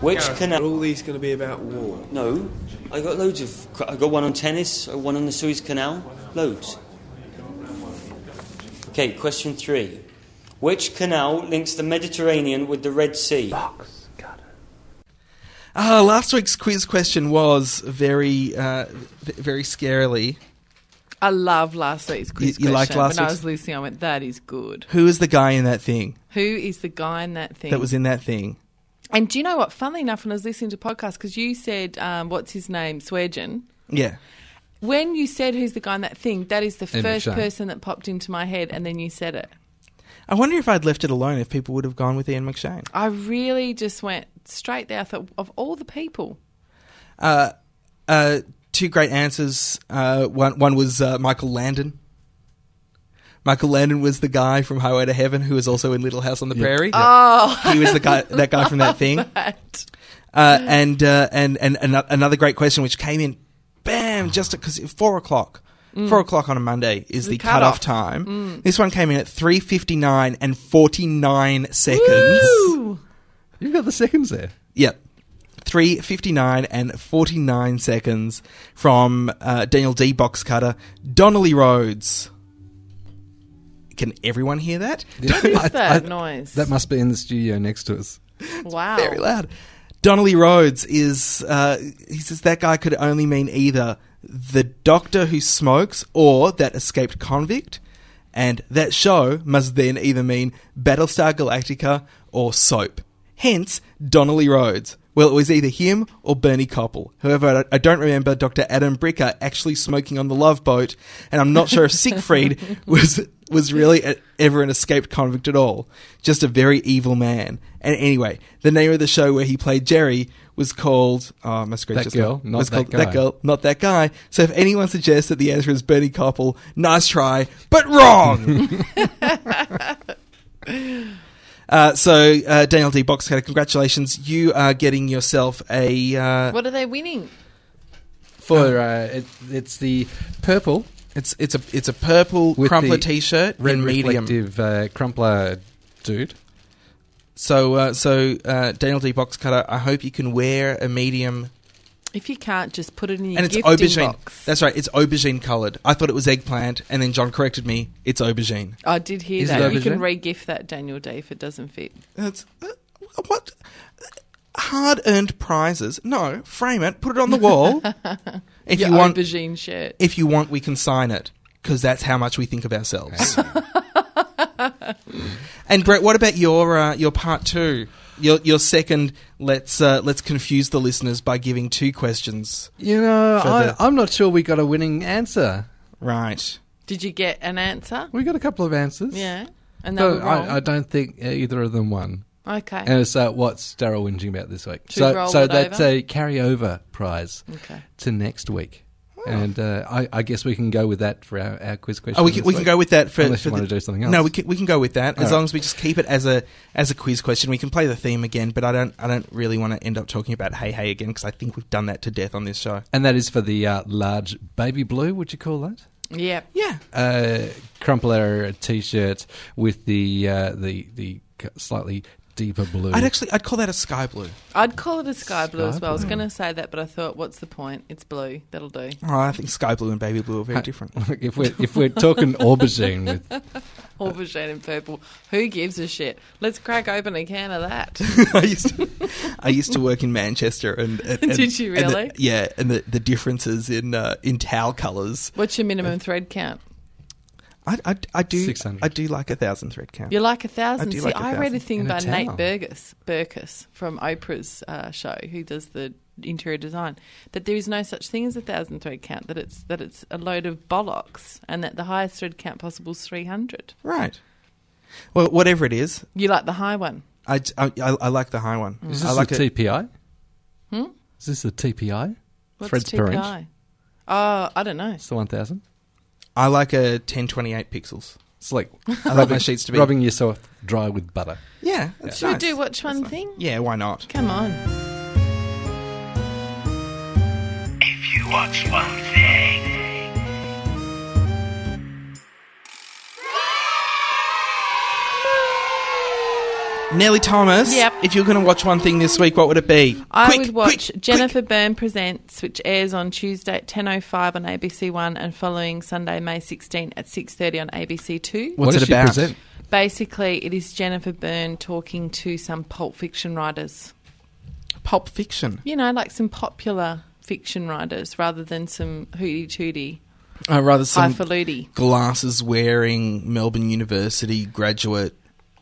N: Which
O: Gareth,
N: can I...
O: are all these going to be about war?
N: No, I got loads of. cra- I got one on tennis, uh, one on the Suez Canal, loads. Okay, question three. Which canal links the Mediterranean with the Red Sea?
D: Ah, last week's quiz question was very, uh, v- very scarily.
E: I love last week's quiz
D: you liked
E: question.
D: last
E: when I
D: week's-
E: was listening, I went, "That is good."
D: Who is the guy in that thing,
E: Who is the guy in that thing
D: that was in that thing?
E: And do you know what? Funnily enough, when I was listening to podcasts, because you said, um, "What's his name?" Sweargen.
D: Yeah.
E: When you said who's the guy in that thing, that is the
D: Emma
E: first
D: Shane.
E: person that popped into my head, and then you said it.
D: I wonder if I'd left it alone if people would have gone with Ian McShane.
E: I really just went straight there. I thought of all the people.
D: Uh, uh, two great answers. Uh, one one was uh, Michael Landon. Michael Landon was the guy from Highway to Heaven who was also in Little House on the Prairie.
E: Oh,
D: he was the guy that guy from that thing. Uh, and, uh, and and and another great question which came in, bam, just because four o'clock.
P: Mm.
D: Four o'clock on a Monday is
P: The
D: the,
P: cutoff.
D: cutoff time.
P: Mm.
D: This one came in at three fifty nine and forty nine seconds.
B: You've got the seconds there.
D: Yep. 3.59 and 49 seconds from uh, Daniel D. Box Cutter, Donnelly Rhodes. Can everyone hear that?
E: What is that noise?
B: That must be in the studio next to us.
E: wow,
D: Very loud. Donnelly Rhodes is, uh, he says that guy could only mean either the doctor who smokes or that escaped convict. And that show must then either mean Battlestar Galactica or soap. Hence, Donnelly Rhodes. Well, it was either him or Bernie Koppel. However, I I don't remember Dr. Adam Bricker actually smoking on the Love Boat, and I'm not sure if Siegfried was was really a, ever an escaped convict at all. Just a very evil man. And anyway, the name of the show where he played Jerry was called. Oh, my screen
B: That
D: just
B: Girl,
D: went-
B: Not
D: was
B: That
D: called
B: Guy.
D: That girl, not that guy. So if anyone suggests that the answer is Bernie Koppel, nice try, but wrong. Uh, so, uh, Daniel D. Boxcutter, congratulations. You are getting yourself a. Uh,
E: what are they winning?
B: For uh, it, it's the purple.
D: It's it's a it's a purple
B: with
D: Crumpler
B: the
D: t-shirt
B: red
D: in medium.
B: reflective uh, Crumpler dude.
D: So, uh, so uh, Daniel D. Boxcutter, I hope you can wear a medium.
E: If you can't, just put it in your
D: And it's
E: gifting
D: aubergine.
E: box.
D: That's right, it's aubergine coloured. I thought it was eggplant, and then John corrected me. It's aubergine.
E: I did hear
D: Is it
E: that. You can
D: aubergine?
E: re-gift that Daniel D if it doesn't fit.
D: That's uh, hard earned prizes. No, frame it, put it on the wall. if
E: Your
D: you want,
E: aubergine shirt.
D: if you want, we can sign it because that's how much we think of ourselves. and Brett, what about your uh, your part two? Your your second. Let's uh, let's confuse the listeners by giving two questions.
B: You know,
D: For
B: I,
D: the-
B: I'm not sure we got a winning answer.
D: Right.
E: Did you get an answer?
B: We got a couple of answers.
E: Yeah, and they
B: No,
E: were wrong.
B: I, I don't think either of them won.
E: Okay.
B: And it's uh, what's Daryl whinging about this week.
E: Should we
B: so
E: roll
B: so
E: it
B: that's
E: over?
B: a carryover prize
E: Okay. Oh.
B: to next week. And uh, I, I guess we can go with that for our, our quiz question.
D: Oh, we can,
B: this
D: we can
B: week.
D: go with that for.
B: Unless
D: for
B: you want to do something else.
D: No, we can, we can go with that
B: All
D: as long
B: right.
D: as we just keep it as a as a quiz question. We can play the theme again, but I don't I don't really want to end up talking about hey hey again because I think we've done that to death on this show.
B: And that is for the uh, large baby blue, would you call that?
E: Yeah.
D: Yeah.
B: uh, crumpler t-shirt with the uh, the the slightly deeper blue.
D: I'd actually I'd call that a sky blue.
E: I'd call it a sky blue as
B: Sky
E: well. I was
B: blue.
E: going to say that, but I thought, what's the point? It's blue. That'll do.
D: Oh, I think sky blue and baby blue are very
B: Uh,
D: different.
B: if we're if we're talking aubergine with
E: Aubergine and purple. Who gives a shit? Let's crack open a can of that.
D: I used to, I used to work in Manchester, and, and- and-
E: Did you
D: and the-
E: really?
D: yeah, and the, the differences in uh, in towel colours.
E: What's your minimum thread count?
D: I, I, I do I do like a thousand thread count.
E: You like a
D: I
E: thousand.
D: do
E: See,
D: like a
E: I read
D: thousand.
E: a thing
D: And a
E: by Nate
D: towel.
E: Burgess, Burkus from Oprah's uh, show, who does the interior design, that there is no such thing as a thousand thread count. That it's that it's a load of bollocks, and that the highest thread count possible is three hundred.
D: Right. Well, whatever it is,
E: You like the high one?
D: I, I, I like the high one.
B: is
D: I
B: this
D: like
B: a
D: it-
B: TPI?
E: Hmm?
B: Is this a TPI?
E: What's
B: Threads per
E: TPI?
B: inch.
E: Oh, I don't know.
B: It's the one thousand.
D: I like a 1028 pixels.
B: It's like
D: I like my
B: rubbing-
D: sheets to be
B: rubbing yourself dry with butter.
D: Yeah, that's
E: Should
D: nice.
E: we do watch one thing?
D: Yeah, why not?
E: Come on.
P: If you watch one thing,
D: Nellie Thomas.
E: Yep.
D: If you're going to watch one thing this week, what would it be?
E: I would watch Jennifer Byrne Presents, which airs on Tuesday at 10.05 on ABC One and following Sunday, May 16 at 6.30 on ABC Two.
D: What's What it does she about? present?
E: Basically, it is Jennifer Byrne talking to some Pulp Fiction writers.
D: Pulp Fiction.
E: You know, like some popular fiction writers rather than some hooty-tooty.
D: Uh, rather some
E: Highfalutin.
D: glasses wearing Melbourne University graduate.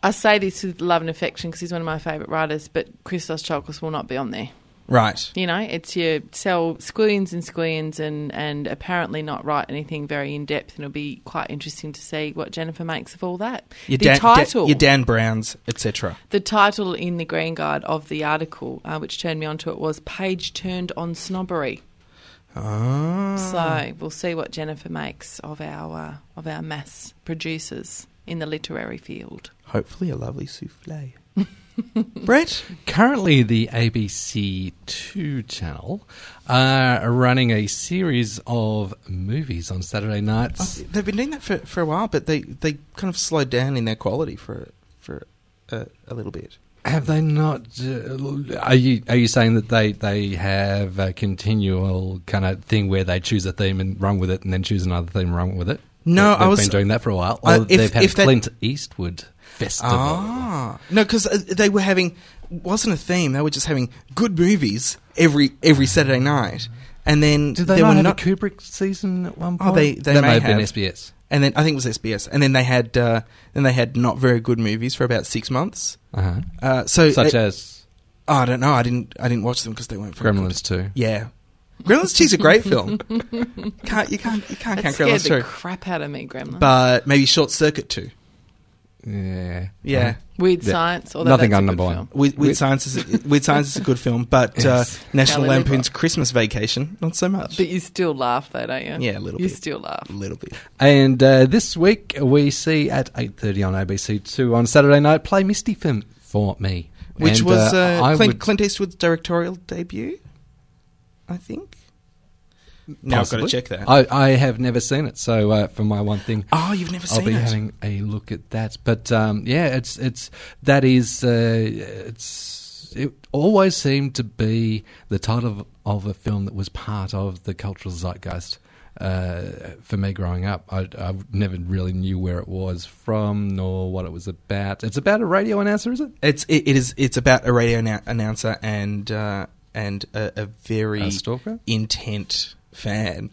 E: I say this with love and affection because he's one of my favourite writers, but Christos Chalkos will not be on there.
D: Right.
E: You know, it's your sell squillions and squillions and, and apparently not write anything very in depth. And it'll be quite interesting to see what Jennifer makes of all that.
D: Your
E: the
D: Dan, Da-
E: title.
D: your Dan Browns, etc.
E: the title in the Green Guide of the article, uh, which turned me onto it, was Page Turned on Snobbery.
B: Ah.
D: Oh.
E: So we'll see what Jennifer makes of our uh, of our mass producers in the literary field.
D: Hopefully a lovely souffle.
B: Brett? Currently, the ABC2 channel are running a series of movies on Saturday nights.
D: uh, They've been doing that for, for a while, but they, they kind of slowed down in their quality for for a, a little bit.
B: Have they not? Uh, are you are you saying that they they have a continual kind of thing where they choose a theme and run with it, and then choose another theme, run with it?
D: No,
B: they,
D: I was-
B: been doing that for a while.
D: Uh,
B: Or
D: if-
B: they've had
D: if that-
B: Clint Eastwood festival.
D: Ah, no, because they were having wasn't a theme. They were just having good movies every every Saturday night, and then
B: Did they
D: there
B: not
D: were
B: have
D: not
B: a Kubrick season at one point?
D: Oh, they they
B: that
D: may,
B: have, been SBS.
D: and then I think it was SBS, and then they had uh, then they had not very good movies for about six months.
B: Uh-huh.
D: Uh, so
B: Such
D: it-
B: as
D: oh, I don't know, I didn't I didn't watch them because they weren't very
B: Gremlins
D: good.
B: two.
D: Yeah, Gremlins two is a great film,
E: can't
D: you can't you can't count
E: that
D: Gremlins
E: scared the
D: two.
E: crap out of me, Gremlin.
D: but maybe Short Circuit two.
B: Yeah,
D: Yeah.
E: Weird Science, although Nothing that's a on good number one. film.
D: Weird, Weird
E: Weird-
D: Science is Weird Science is a good film, but
E: Yes.
D: uh, National
E: Shall we move
D: Lampoon's Christmas Vacation not so much.
E: But you still laugh, though, don't you?
D: Yeah, a little
E: You
D: bit.
E: still laugh.
D: A little bit.
B: And uh, this week we see at eight thirty on ABC Two on Saturday night play Misty Film for me,
D: Which
B: And,
D: was uh,
B: I
D: Clint,
B: would-
D: Clint Eastwood's directorial debut, I think. Now I've got to
B: Possibly.
D: check that.
B: I, I have never seen it, so uh, for my one thing,
D: Oh, you've never
B: I'll
D: seen
B: be
D: it.
B: having a look at that. But um, yeah, it's it's that is uh, it's it always seemed to be the title of, of a film that was part of the cultural zeitgeist. Uh, for me growing up, I, I never really knew where it was from nor what it was about. It's about a radio announcer, is it?
D: It's it, it is it's about a radio annou- announcer and uh, and a, a very
B: A stalker?
D: intent fan.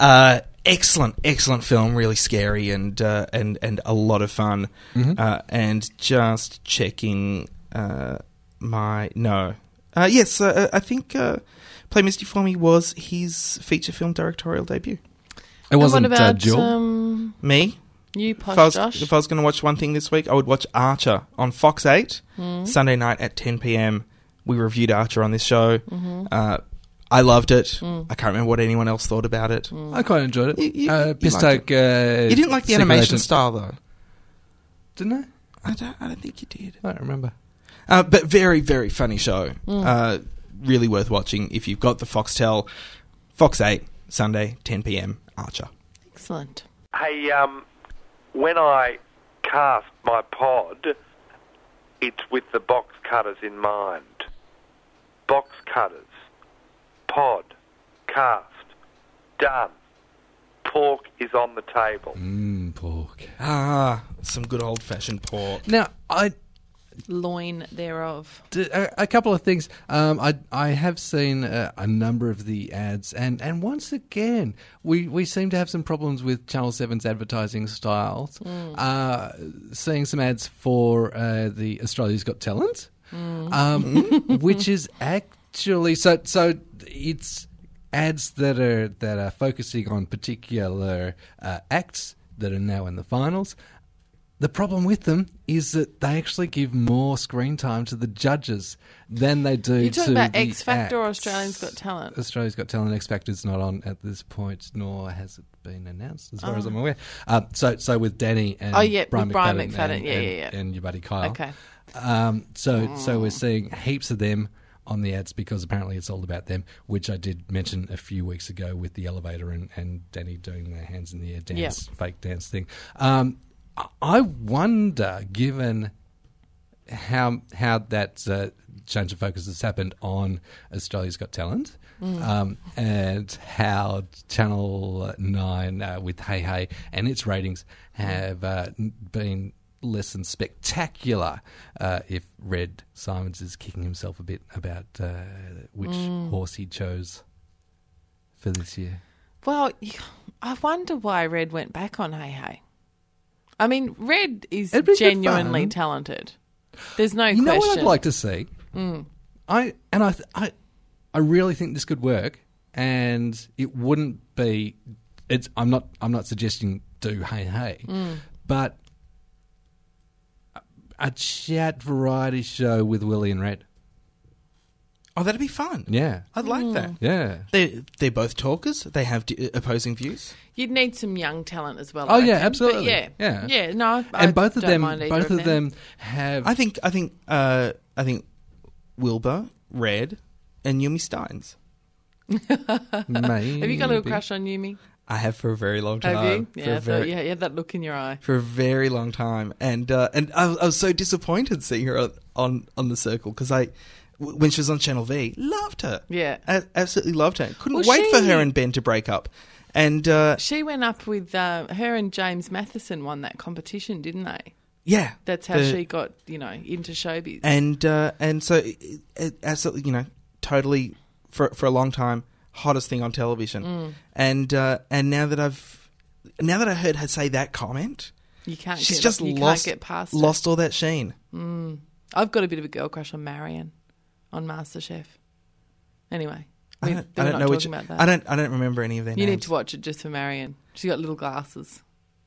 D: Uh, excellent, excellent film. Really scary and uh, and and a lot of fun.
B: Mhm.
D: Uh, and just checking uh, my no. Uh, yes, uh, I think uh, Play Misty for Me was his feature film directorial debut.
B: It wasn't
E: and what
B: uh,
E: about,
B: Jewel.
E: um,
D: Me?
E: You, Posh
D: if I was,
E: Josh?
D: If I was going to watch one thing this week, I would watch Archer on Fox 8,
E: Mm.
D: Sunday night at 10 p.m. We reviewed Archer on this show.
E: Mhm.
D: Uh, I loved it.
E: Mm.
D: I can't remember what anyone else thought about it.
B: I quite enjoyed it.
D: You- you- you
B: uh,
D: liked
B: Pistoke, uh,
D: you didn't like the
B: secret
D: animation
B: agent-
D: style, though.
B: didn't I?
D: I don't, I don't think you did.
B: I don't remember.
D: Uh, but very, very funny show.
B: Mm.
D: Uh, really worth watching if you've got the Foxtel. Fox 8, Sunday, 10 p.m., Archer.
E: Excellent.
Q: Hey, um, when I cast my pod, It's with the box cutters in mind. Box cutters. Pod. Cast. Done. Pork is on the table.
B: Mm, pork.
D: Ah, some good old fashioned pork.
B: Now, I
E: Loin thereof.
B: D- a, a couple of things. Um, I I have seen uh, a number of the ads, and, and once again, we, we seem to have some problems with Channel 7's advertising styles.
E: Mm.
B: Uh, seeing some ads for uh, the Australia's Got Talent,
E: Mm.
B: um, which is actually so so it's ads that are that are focusing on particular uh, acts that are now in the finals. The problem with them is that they actually give more screen time to the judges than they do
E: You're
B: to
E: talking about
B: the
E: X Factor or
B: act.
E: Australians Got Talent?
B: Australia's Got Talent X Factor's not on at this point, nor has it been announced, as far
E: Oh.
B: as I'm aware. Um, so, so with Danny and
E: Oh, yeah,
B: Brian
E: with Brian
B: McFadden,
E: McFadden,
B: and,
E: yeah,
B: and,
E: yeah, yeah.
B: and your buddy Kyle.
E: Okay.
B: Um, so, so we're
E: Mm.
B: seeing heaps of them on the ads because apparently it's all about them, which I did mention a few weeks ago with the elevator and, and Danny doing the hands in the air
E: Yeah.
B: dance, fake dance thing. Um, I- I wonder, given how how that uh, change of focus has happened on Australia's Got Talent,
E: Mm.
B: um, and how Channel Nine uh, with Hey Hey and its ratings have uh, n- been less than spectacular. Uh, if Red Simons is kicking himself a bit about uh, which
E: Mm.
B: horse he chose for this year.
E: Well, you- I wonder why Red went back on Hey Hey. I mean, Red is
B: It'd be good
E: genuinely
B: fun.
E: talented. There's no
B: you know
E: question.
B: what I'd like to see.
E: Mm.
B: I and I, th- I, I really think this could work, and it wouldn't be. It's. I'm not. I'm not suggesting do hey hey,
E: Mm.
B: but a- a chat variety show with Willie and Red.
D: Oh, that'd be fun.
B: Yeah,
D: I'd like
E: Mm.
D: that.
B: Yeah.
D: They they're both talkers. They have d- opposing views.
E: You'd need some young talent as well.
D: Oh,
E: I
D: yeah,
E: reckon. But
D: absolutely.
E: yeah,
D: Yeah.
E: yeah. No, I- I
D: And both of
E: don't
D: them-
E: mind either
D: both of
E: them.
B: have.
D: I think I think uh, I think Wilbur, Red, and Yumi Steins.
E: Have you got a little crush on Yumi?
D: I have for a very long time.
E: Have you?
D: For
E: Yeah,
D: a
E: I thought
D: very-
E: you had you had that look in your eye.
D: for a very long time, and uh, and I, was- I was so disappointed seeing her on on, on the circle because I, w- when she was on Channel V, loved her.
E: Yeah.
D: A- absolutely loved her. Couldn't
E: Well,
D: wait for
E: she-
D: her and Ben to break up, and uh,
E: She went up with uh, her and James Matheson won that competition, didn't they?
D: yeah,
E: That's how
D: The-
E: she got you know into showbiz.
D: and uh, and so it, it, absolutely, you know, totally for for a long time, hottest thing on television,
E: Mm.
D: and uh, and now that I've now that I heard her say that comment,
E: you can't.
D: she's
E: get,
D: just
E: you
D: lost
E: Can't get past it.
D: lost all that sheen.
E: Mm. I've got a bit of a girl crush on Marion on MasterChef. Anyway,
D: I
E: we-
D: don't,
E: we're
D: I
E: not
D: don't know
E: talking
D: which.
E: about that.
D: I don't. I don't remember any of their
E: You
D: names.
E: need to watch it just for Marion. She's got little glasses.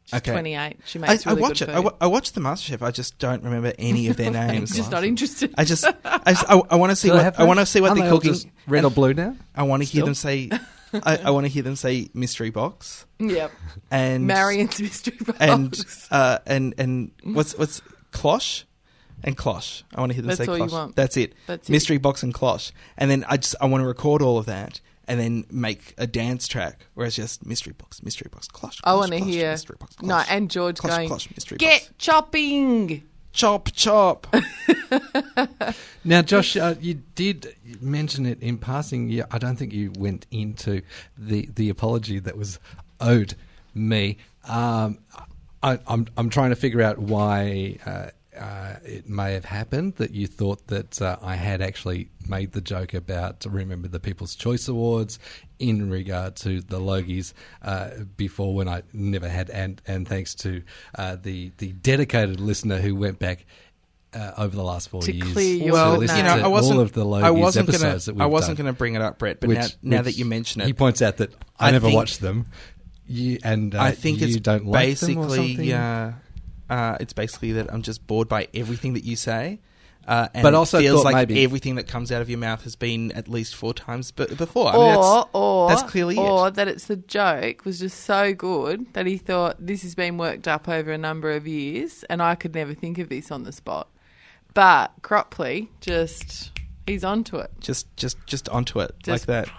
E: She's
D: Okay.
E: 28. She makes
D: I,
E: really
D: I watch
E: good
D: it. I
E: food.
D: wa- I watch the MasterChef. I just don't remember any of their names.
E: Just not interested.
D: I just. I, just- I, want to see
B: Do they
D: what
B: have
D: I want to
B: those?
D: see what
B: Aren't
D: they're
B: they all
D: cooking.
B: just red or
D: And
B: blue now?
D: I want to hear
B: Still?
D: them say. I, I want to hear them say mystery box
E: Yep.
D: and
E: Marion's mystery box.
D: and uh, and and what's what's cloche and cloche. I want to hear them
E: That's
D: say
E: all
D: cloche.
E: you want.
D: That's it.
E: That's it.
D: mystery box and cloche. And then I just I want to record all of that and then make a dance track where it's just mystery box, mystery box, cloche.
E: I
D: cloche,
E: want to
D: cloche,
E: hear.
D: mystery box,
E: No, and George
D: Clutch,
E: going,
D: clutch, mystery
E: get chopping.
D: Chop, chop.
B: Now, Josh, uh, you did mention it in passing. Yeah, I don't think you went into the the apology that was owed me. Um, I, I'm I'm trying to figure out why. Uh, uh, it may have happened that you thought that uh, I had actually made the joke about remember the People's Choice Awards in regard to the Logies uh, before when I never had and and thanks to uh, the the dedicated listener who went back uh, over the last four
D: To
B: years.
D: clear your
B: to
D: Well,
B: listen
D: you know,
B: to
D: I wasn't-
B: all of the Logies
D: I wasn't gonna-
B: episodes that we've
D: I wasn't
B: done.
D: gonna bring it up, Brett, but now- now that you mention it,
B: he points out that I,
D: I
B: never
D: think-
B: watched them. You and uh,
D: I think
B: you
D: it's
B: don't like them or
D: basically
B: something?
D: yeah. Uh, it's basically that I'm just bored by everything that you say. Uh, and
B: But
D: it
B: also
D: feels
B: thought
D: like
B: maybe-
D: everything that comes out of your mouth has been at least four times b- before. I mean,
E: or,
D: that's,
E: or,
D: that's clearly it.
E: or that it's the joke was just so good that he thought this has been worked up over a number of years, and I could never think of this on the spot. But Cropley just he's onto it.
D: Just, just, just onto it
E: Just-
D: like that.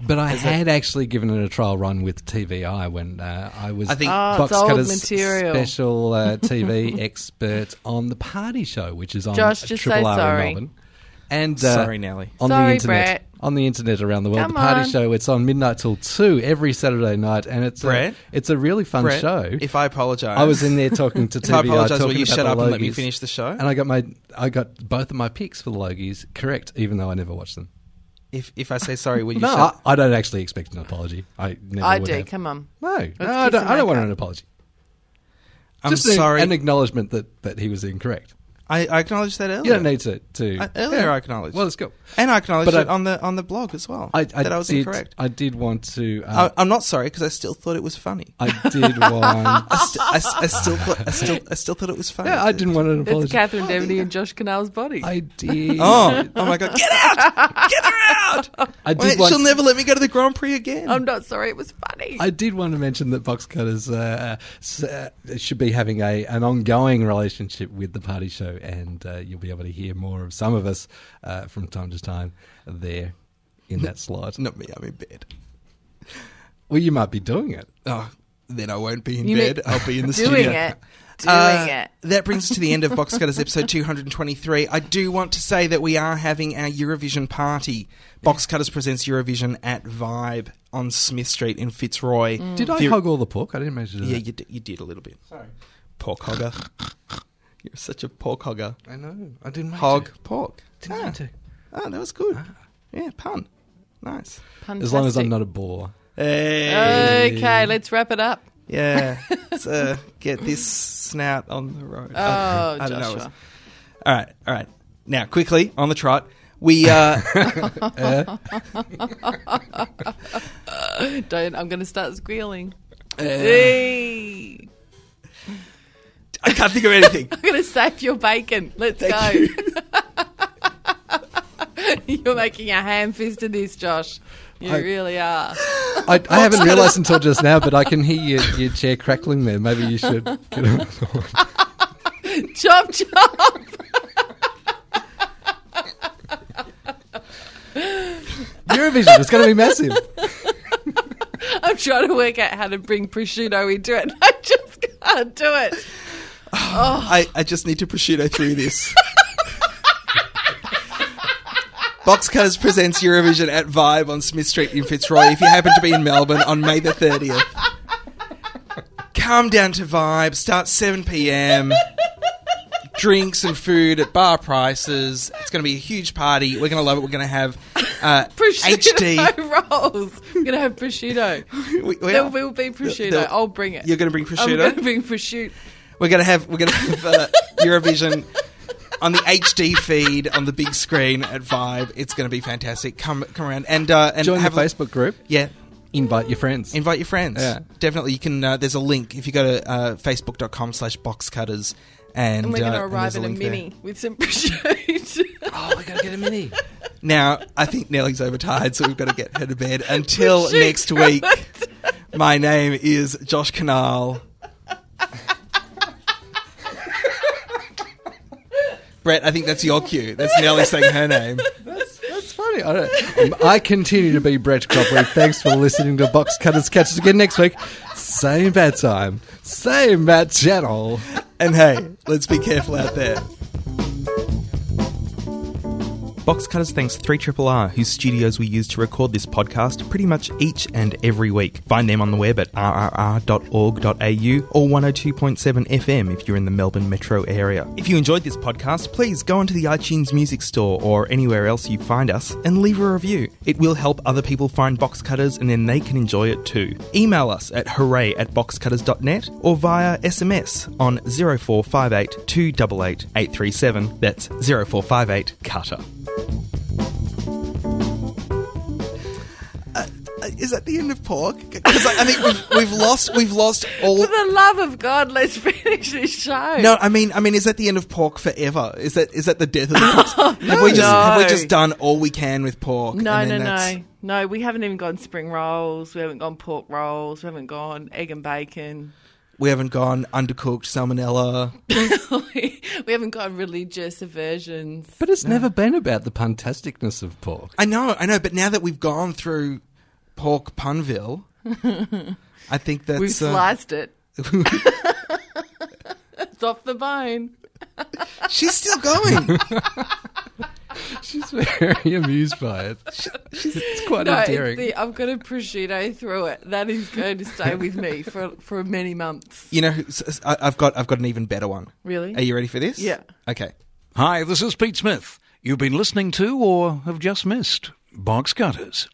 B: But I had actually given it a trial run with TVI when uh, I was
E: I think- Ah, it's
B: Box
E: old
B: Cutters
E: material.
B: special uh, TV expert on the Party Show, which is on
E: Josh, just
B: Triple
E: say
B: R
E: sorry.
B: in Melbourne. And uh,
D: Sorry, Nelly.
B: on the
E: Sorry,
B: internet,
E: Brett.
B: on the internet around the world,
E: Come
B: the Party
E: on.
B: Show. It's on midnight till two every Saturday night, and it's
D: Brett?
B: a, it's a really fun
D: Brett,
B: show.
D: if I apologise-
B: I was in there talking to
D: If I
B: TVI.
D: apologise, will
B: talking
D: you
B: about
D: shut
B: the
D: up and let me
B: Logies.
D: finish the show?
B: And I got my I got both of my picks for the Logies correct, even though I never watched them.
D: If if I say sorry, will you
B: no,
D: shut
B: I, I don't actually expect an apology. I never
E: I
B: would
E: do.
B: have.
E: Come on.
B: No,
E: Let's
B: no, I
E: kiss
B: don't,
E: and
B: I don't
E: make
B: want
E: up.
B: an apology.
D: I'm
B: Just an-
D: sorry.
B: an acknowledgement that, that he was incorrect.
D: I, I acknowledged that earlier.
B: You don't need to. to
D: I, earlier,
B: Yeah.
D: I acknowledged.
B: Well, let's go.
D: And I acknowledged
B: But I-
D: it on the on the blog as well.
B: I, I
D: that I was
B: did, Uh,
D: incorrect. Oh.
B: I did want to.
D: I,
B: Uh,
D: I'm not sorry because I still thought it was funny.
B: I did want.
D: I, st- I, s- I still thought I still I still thought it was funny.
B: Yeah, I didn't want an
E: It's
B: apology.
E: Catherine Devaney and Josh Canal's body.
B: I did.
D: Oh, oh my god! Get out! Get her out!
B: I did Oh,
D: Wait,
B: want-
D: she'll never let me go to the Grand Prix again.
E: I'm not sorry. It was funny.
B: I did want to mention that Box Cutters uh, s- uh, should be having a an ongoing relationship with the Party Show, and uh, you'll be able to hear more of some of us uh, from time to time there in that slot.
D: Not me. I'm in bed.
B: Well, you might be doing it.
D: Oh, then I won't be in
E: You mean-
D: bed. I'll be in the
E: Doing
D: studio. Uh,
E: it. Doing it.
D: That brings us to the end of Box Cutters episode 223. I do want to say that we are having our Eurovision party. Box Cutters presents Eurovision at Vibe on Smith Street in Fitzroy.
B: Did I
D: If you-
B: hog all the pork? I didn't manage to do
D: Yeah,
B: that.
D: you, d- you did a little bit. Sorry. Pork hogger. You're such a pork hogger.
B: I know. I didn't mean
D: Hog
B: to.
D: pork.
B: Didn't
D: ah.
B: mean to.
D: Ah, that was good. Yeah, pun. Nice.
B: As long as I'm
E: Fantastic.
B: not a bore.
D: Hey.
E: Okay, let's wrap it up.
D: Yeah. Let's uh, get this snout on the road.
E: Oh,
D: I don't know.
E: Joshua.
D: All right, all right. Now, quickly on the trot, we uh, uh,
E: Don't. I'm going to start squealing.
D: Uh,
E: Hey.
D: I can't think of anything.
E: I'm going to save your bacon. Let's go. You. are making a ham fist of this, Josh. You
B: I-
E: really are.
B: I, I haven't realised until just now, but I can hear your, your chair crackling there. Maybe you should get another one.
E: chop, chop.
B: Eurovision. It's going to be massive.
E: I'm trying to work out how to bring prosciutto into it. I just can't do it. Oh,
D: I, I just need to prosciutto through this. Box Cutters presents Eurovision at Vibe on Smith Street in Fitzroy. If you happen to be in Melbourne on May the 30th, come down to Vibe, start 7 p.m. Drinks and food at bar prices. It's going to be a huge party. We're going to love it. We're going to have uh,
E: prosciutto
D: HD
E: rolls. I'm going to have prosciutto.
D: we
E: there
D: are.
E: will be prosciutto.
D: there-
E: I'll bring it.
D: You're gonna bring
E: I'm
D: prosciutto?
E: going to bring prosciutto.
D: We're gonna have we're gonna have uh, Eurovision on the HD feed on the big screen at Vibe. It's gonna be fantastic. Come come around and uh, and
B: Join the
D: have a-
B: Facebook group.
D: Yeah,
B: Invite your friends.
D: invite your friends.
B: Yeah.
D: Definitely, you can. Uh, there's a link if you go to uh, facebook.com slash boxcutters. And,
E: And we're
D: uh,
E: going to
D: and
E: arrive
D: there's
E: in a
D: link there.
E: mini with some prosciutto.
B: Oh, we got to get a mini.
D: Now, I think Nelly's overtired, so we've got to get her to bed. Until
E: Shoot.
D: next week, my name is Josh Canal. Brett, I think that's your cue. That's Nelly saying her name.
B: That's funny. I, don't, Um, I continue to be Brett Cropley. Thanks for listening to Box Cutters. Catch us again next week. Same bad time, same bad channel.
D: And hey, let's be careful out there. Box Cutters thanks 3RRR, whose studios we use to record this podcast pretty much each and every week. Find them on the web at rrr.org.au or 102.7 FM if you're in the Melbourne metro area. If you enjoyed this podcast, please go onto the iTunes Music Store or anywhere else you find us and leave a review. It will help other people find Box Cutters and then they can enjoy it too. Email us at hooray at boxcutters.net or via SMS on 0458 288 837. That's 0458 Cutter. Is that the end of pork? Because I, I think we've, we've lost we've lost all.
E: For the love of God, let's finish this show.
D: No, I mean, I mean, is that the end of pork forever? Is that is that the death of the pork? have we just have we
E: No.
D: just done all we can with pork?
E: No,
D: and
E: no,
D: then that's-
E: no. No, we haven't even gone spring rolls. We haven't gone pork rolls. We haven't gone egg and bacon.
D: We haven't gone undercooked salmonella.
E: we haven't gone religious aversions.
B: But it's never been about the puntasticness of pork.
D: I know, I know, but now that we've gone through pork punville. I think that's
E: We've
D: uh,
E: sliced it. it's off the bone.
D: She's still going.
B: She's very amused by it. it's quite
E: no,
B: endearing.
E: It's the, I've got a prosciutto through it. That is going to stay with me for for many months.
D: You know, who- s- s- I- I've got I've got an even better one.
E: Really?
D: Are you ready for this?
E: Yeah.
D: Okay.
R: Hi, this is Pete Smith. You've been listening to or have just missed Box Cutters.